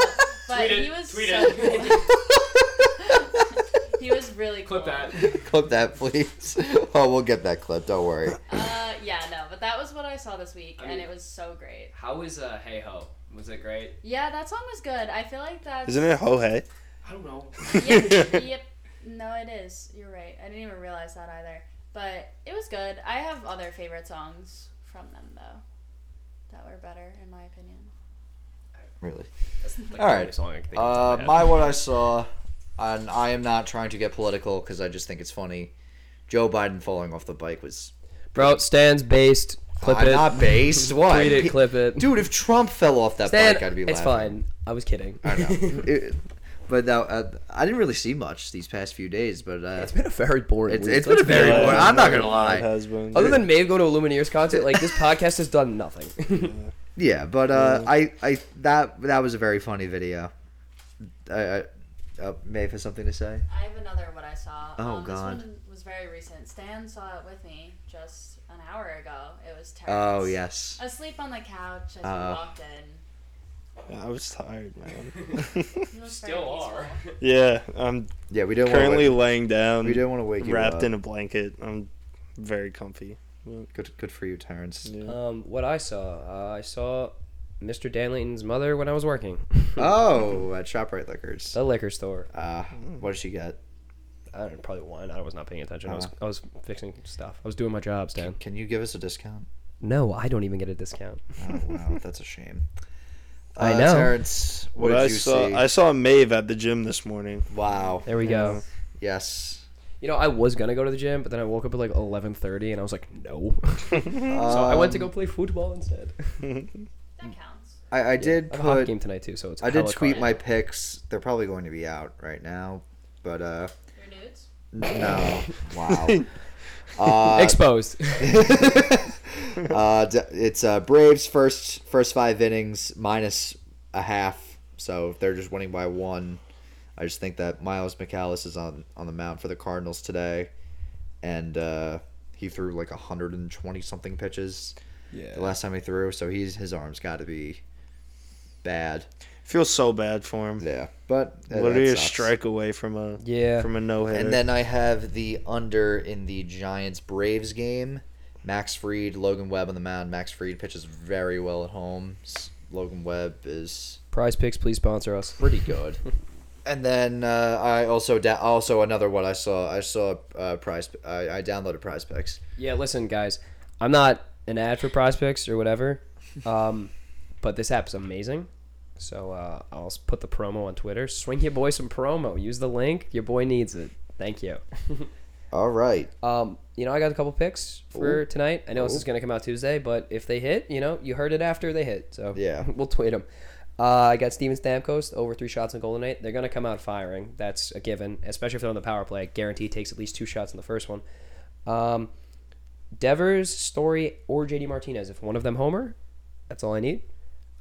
S4: But
S2: Tweet it,
S4: he was
S2: tweet
S4: so
S2: it.
S4: cool. (laughs) he was really cool.
S1: (laughs) clip that please (laughs) oh we'll get that clip don't worry
S4: Uh, yeah, no, but that was what I saw this week,
S2: I
S4: and
S2: mean-
S4: it was so great.
S2: How was uh, Hey Ho? Was it great?
S4: Yeah, that song was good. I feel like that's.
S3: Isn't it ho hey?
S2: I don't know.
S4: Yep, yep. No, it is. You're right. I didn't even realize that either. But it was good. I have other favorite songs from them though, that were better in my opinion.
S1: really
S2: That's like
S1: All right.
S2: song I can think
S1: Uh, my what I saw and I am not trying to get political because I just think it's funny. Joe Biden falling off the bike was
S2: Bro, Stan's based. Clip
S1: I'm
S2: it.
S1: not based.
S2: (laughs)
S1: Why?
S2: Tweet
S1: Pe-
S2: it, clip it.
S1: Dude, if Trump fell off that
S2: Stan,
S1: bike, I'd be laughing.
S2: it's fine. I was kidding.
S1: I know. (laughs)
S2: (laughs)
S1: It- but now, uh, I didn't really see much these past few days. But uh,
S2: It's been a very boring
S1: It's-
S2: week.
S1: it's been a
S2: Let's be
S1: very
S2: honest.
S1: boring- I'm not gonna lie.
S3: It has been.
S2: Other than Maeve go to a Lumineers concert, (laughs) like this podcast has done nothing.
S1: yeah, but uh, I, I that that was a very funny video. I, I, uh, Maeve has something to say.
S4: I have another what I saw.
S1: Oh,
S4: um,
S1: God.
S4: This one was very recent. Stan saw it with me just an hour ago. It was terrible.
S1: Oh yes.
S4: Asleep on the couch as
S1: Uh.
S4: we walked in.
S3: I was tired,
S1: (laughs)
S3: man. (laughs)
S2: (laughs) (laughs)
S4: He was very
S2: Still
S4: peaceful.
S2: are.
S3: yeah, I'm
S1: Yeah, we don't
S3: currently
S1: want
S3: laying down,
S1: to. We don't want to wake you
S3: wrapped
S1: up.
S3: in a blanket. I'm very comfy.
S1: Good, good for you, Terrence.
S3: Yeah.
S2: um, what I saw, uh, I saw Mr. Dan Layton's mother when I was working. (laughs)
S1: Oh, at Shoprite Liquors.
S2: The liquor store.
S1: Uh, what did she get?
S2: I don't know, probably wine. I was not paying attention. I was
S1: Uh-huh.
S2: I was fixing stuff. I was doing my job, Stan.
S1: Can you give us a discount?
S2: No, I don't even get a discount.
S1: Oh
S3: (laughs)
S1: wow, that's a shame. Uh,
S2: I know.
S1: Terrence, what,
S3: What
S1: did
S3: I
S1: you
S3: saw,
S1: see?
S3: I saw Maeve at the gym this morning.
S1: Wow.
S2: There we go.
S1: Yes.
S2: You know, I was gonna go to the gym, but then I woke up at like eleven thirty, and I was like, (laughs) no.
S1: So
S2: Hmm, so I went to go play football instead.
S1: Hmm.
S4: That counts.
S1: Um, I, I did
S2: I have a hockey
S1: put.
S2: game tonight too, so it's.
S1: I did
S2: hella
S1: tweet
S2: crowded.
S1: my picks. They're probably going to be out right now, but uh,
S4: Your nudes?
S2: (laughs)
S1: n- no. wow. Uh, (laughs)
S2: exposed. (laughs)
S1: uh, d- it's uh, Braves first first five innings minus a half, so if they're just winning by one, I just think that Miles McAllis is on on the mound for the Cardinals today, and uh, he threw like hundred and twenty something pitches
S3: Yeah.
S1: the last time he threw, so he's his arm's got to be bad.
S3: Feel so bad for him.
S1: Yeah, but uh, that
S3: Literally a
S1: sucks.
S3: strike away from a
S2: Yeah.
S3: from a no hitter.
S1: And then I have the under in the Giants Braves game. Max Freed, Logan Webb on the mound. Max Freed pitches very well at home. S- Logan Webb is
S2: Prize Picks, please sponsor us.
S1: pretty good. and then uh, I also da- also another one I saw. I saw uh, Prize. I, I downloaded Prize Picks.
S2: (laughs) Yeah, listen, guys, I'm not an ad for Prize Picks or whatever, um, but this app's amazing. So uh, I'll s- put the promo on Twitter. Swing your boy some promo. Use the link. Your boy needs it. Thank you.
S1: All right.
S2: Um, you know, I got a couple picks for tonight. I know this is going to come out Tuesday, but if they hit, you know, you heard it after they hit. So
S1: Yeah.
S2: (laughs) we'll tweet them. Uh, I got Steven Stamkos over three shots on goal tonight. They're going to come out firing. That's a given, especially if they're on the power play. I guarantee he takes at least two shots in the first one. Um, Devers, Story, or JD Martinez. If one of them homer, that's all I need.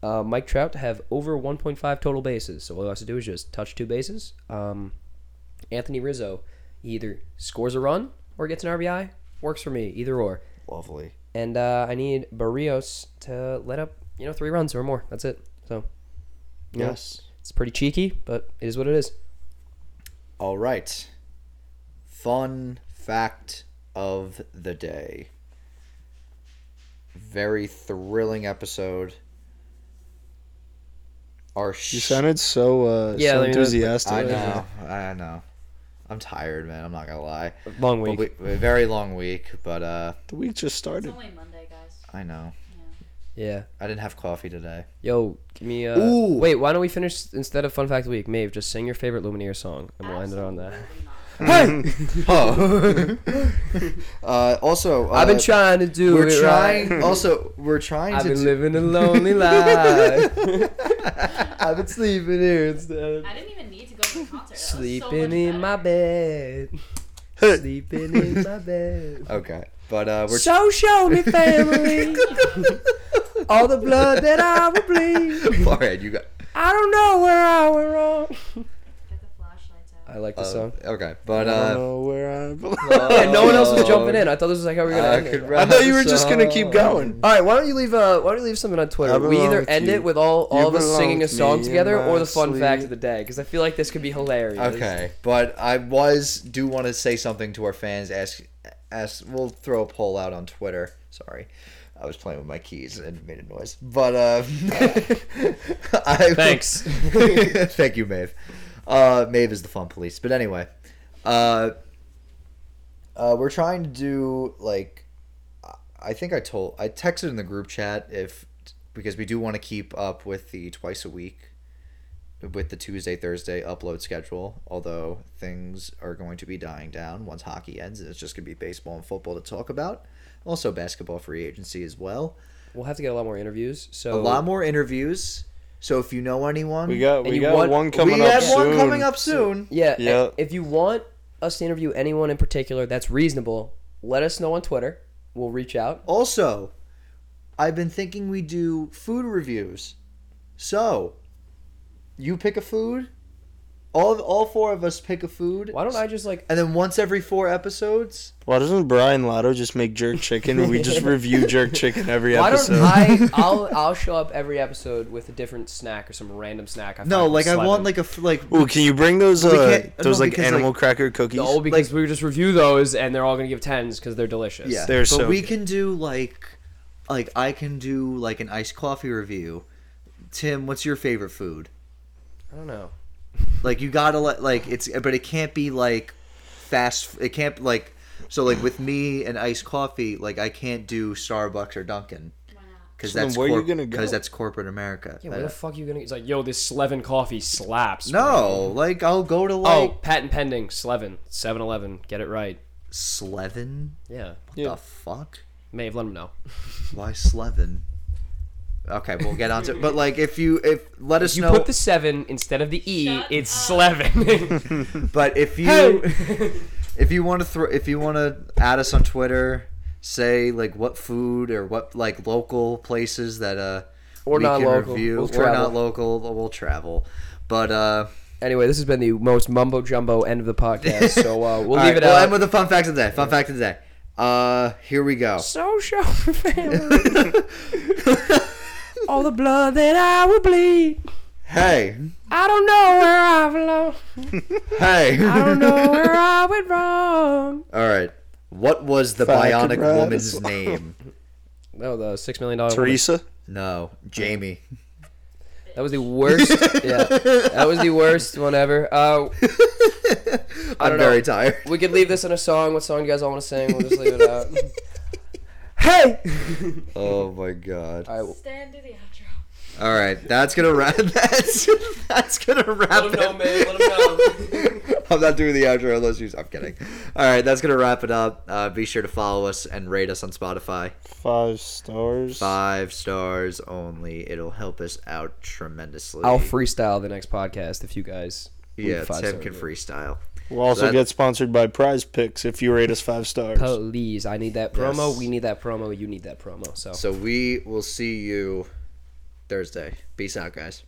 S2: Uh, Mike Trout to have over 1.5 total bases. So all he has to do is just touch two bases. Um, Anthony Rizzo he either scores a run or gets an RBI. Works for me, either or.
S1: Lovely.
S2: And uh, I need Barrios to let up, you know, three runs or more. That's it. So Yeah.
S1: Yes.
S2: it's pretty cheeky, but it is what it is.
S1: All right. Fun fact of the day. Very thrilling episode. Our sh-
S3: you sounded so
S2: Yeah, I
S3: uh, so
S2: mean, that's-
S3: enthusiastic.
S1: I know. I know. I'm tired, man. I'm not gonna lie.
S2: Long
S1: But
S2: week.
S1: we, a very long week, but uh,
S3: The week just
S2: (laughs)
S4: It's
S3: started.
S4: only Monday, guys.
S1: I know.
S2: Yeah.
S1: I didn't have coffee
S2: (laughs)
S1: today.
S2: Yo, give me. Uh,
S1: Ooh.
S2: Wait, why don't we finish instead of fun fact of the week? Maeve, just sing your favorite Lumineer song, and we'll end it
S1: (laughs)
S2: on that.
S4: Absolutely not.
S1: Oh. (laughs) uh, also, uh,
S2: (laughs) I've been trying to do
S1: We're
S2: it
S1: trying.
S2: right.
S1: Also,
S2: (laughs)
S1: we're trying
S2: I've
S1: to.
S2: been
S1: do-
S2: living
S1: (laughs)
S2: a lonely life. I've been sleeping here instead.
S4: I didn't even need to go to the concert. That was so
S2: Sleeping
S4: much
S2: in my
S4: better.
S2: bed. Sleeping
S3: (laughs)
S2: in
S1: (laughs)
S2: my bed.
S1: okay, but uh, we're
S2: So show me (laughs)
S3: (laughs)
S2: family all the blood that I will bleed.
S1: all right. You got.
S2: I don't know where I went wrong.
S4: Get the flashlights out.
S2: I like
S3: Um,
S2: the
S1: Uh,
S2: song.
S1: Okay, but
S3: I don't
S1: uh,
S3: know where
S2: (laughs)
S3: I belong.
S2: Yeah, no one else was jumping in. I thought this was like how we were gonna
S1: I
S2: end
S1: could
S2: it.
S1: ra-
S3: oh, I thought you were just
S2: (laughs)
S3: gonna keep
S1: So-
S3: going.
S2: All right, why don't you leave? Uh, why don't you leave something on Twitter?
S3: I
S2: We either
S3: belong to
S2: end
S3: you.
S2: it with all all
S3: You
S2: of us
S3: belong
S2: singing a
S3: to
S2: song
S3: me
S2: together,
S3: in
S2: or
S3: my
S2: the fun fact of
S3: sleep.
S2: the day, because I feel like this could be hilarious.
S1: Okay, but I was do want to say something to our fans. Ask, ask. We'll throw a poll out on Twitter. Sorry, I was playing with my keys and made a noise. But uh, (laughs) I, (laughs)
S2: Thanks.
S1: Thank you, Maeve. Uh, Maeve is the fun police. But anyway, uh, uh, we're trying to do like I- I think I told I texted in the group chat if because we do want to keep up with the twice a week with the Tuesday Thursday upload schedule. Although things are going to be dying down once hockey ends, and it's just going to be baseball and football to talk about. Also, basketball free agency as well.
S2: We'll have to get a lot more interviews. So
S1: A lot more interviews. So if you know anyone,
S3: Oh. We got we
S2: you
S3: got
S2: want-
S3: one coming
S1: we
S3: up
S1: have
S3: soon.
S1: one coming up soon.
S2: Yeah. i-
S3: Yeah.
S2: If you want us to interview anyone in particular that's reasonable, let us know on Twitter. We'll reach out.
S1: Also, I've been thinking we do food reviews. So, you pick a food. All all four of us pick a food.
S2: Why don't I just like
S1: And then once every four episodes,
S3: Why doesn't Brian Lotto just make jerk chicken and we
S2: (laughs)
S3: just review jerk chicken every
S2: why (laughs)
S3: episode?
S2: don't I I'll I'll show up every episode with a different snack or some random snack. I
S1: no,
S2: find
S1: like I
S2: sledding.
S1: want like a f- like
S3: Ooh, can you bring those
S1: We
S3: uh,
S1: can't-
S3: those
S1: no,
S3: like
S1: because,
S3: animal
S1: like-
S3: cracker cookies?
S2: no because we just review those and they're all gonna give tens because they're delicious.
S1: yeah.
S3: they're
S1: but
S3: so
S1: we
S3: good.
S1: can do like like I can do like an iced coffee review. Tim, what's your favorite food?
S2: I don't know.
S1: Like you gotta let like it's but it can't be like fast. It can't like so like with me and iced coffee like I can't do Starbucks or Dunkin'.
S4: Why not?
S1: Because
S3: So then
S1: that's
S3: where you
S1: corp-
S3: gonna go?
S1: 'cause that's corporate America.
S2: Yeah, where the fuck are you gonna? It's like, yo, this Slevin coffee slaps.
S1: no, like I'll go to
S2: Oh,
S1: like
S2: patent pending. Slevin, 7-Eleven, get it right.
S1: Slevin.
S2: Yeah,
S3: Yeah.
S1: The fuck?
S2: may have let him know.
S1: Why Slevin? Okay, we'll get on to. But like, if you if let us
S2: You
S1: know.
S2: put the seven instead of the e.
S4: Shut
S2: it's
S4: up.
S2: (laughs) Slevin.
S1: but if you if you want to throw if you want to add us on Twitter, say like what food or what like local places that uh
S2: Or
S1: we can
S2: non-local.
S1: review
S2: We'll
S1: or
S2: travel.
S1: not local we'll travel. But uh,
S2: (laughs) anyway, this has been the most mumbo jumbo end of the podcast. So
S1: all
S2: uh, we'll leave
S1: right,
S2: it
S1: we'll
S2: out.
S1: end with a fun fact of the day. Fun fact of the day. Uh, here we
S2: (laughs)
S1: go.
S2: so show for family. All the blood that I will bleed.
S1: Hey,
S2: I don't know where I belong.
S1: hey.
S2: I don't know where I went wrong.
S1: (laughs) All right. What was the
S3: Fucking
S1: bionic
S3: rats.
S1: woman's name?
S2: No, the uh, six million dollar.
S3: Teresa.
S1: No, Jamie.
S2: That was
S1: (laughs)
S2: the worst. yeah, that was the worst one ever. Uh, I
S1: I'm
S2: don't
S1: very
S2: know.
S1: tired. (laughs)
S2: We could leave this in a song. What song do you guys all want to sing? We'll just leave it out. (laughs) hey.
S1: Oh my god.
S2: All right.
S4: Stand to the outro.
S1: All right, that's gonna wrap. (laughs) That's that's gonna wrap.
S2: Let 'em know,
S1: it.
S2: man. Let 'em
S1: (laughs) I'm not doing the outro unless you. I'm kidding. All right, that's gonna wrap it up. Uh, be sure to follow us and rate us on Spotify.
S3: Five stars.
S1: Five stars only. It'll help us out tremendously.
S2: I'll freestyle the next podcast if you guys. leave
S1: yeah,
S2: five
S1: Tim
S2: star
S1: can
S2: review.
S1: freestyle.
S3: We'll also
S1: That-
S3: get sponsored by Prize Picks if you rate us five stars.
S2: Please, I need that promo.
S1: Yes.
S2: We need that Oh. promo. You need that promo. So.
S1: So we will see you Thursday. Peace out, guys.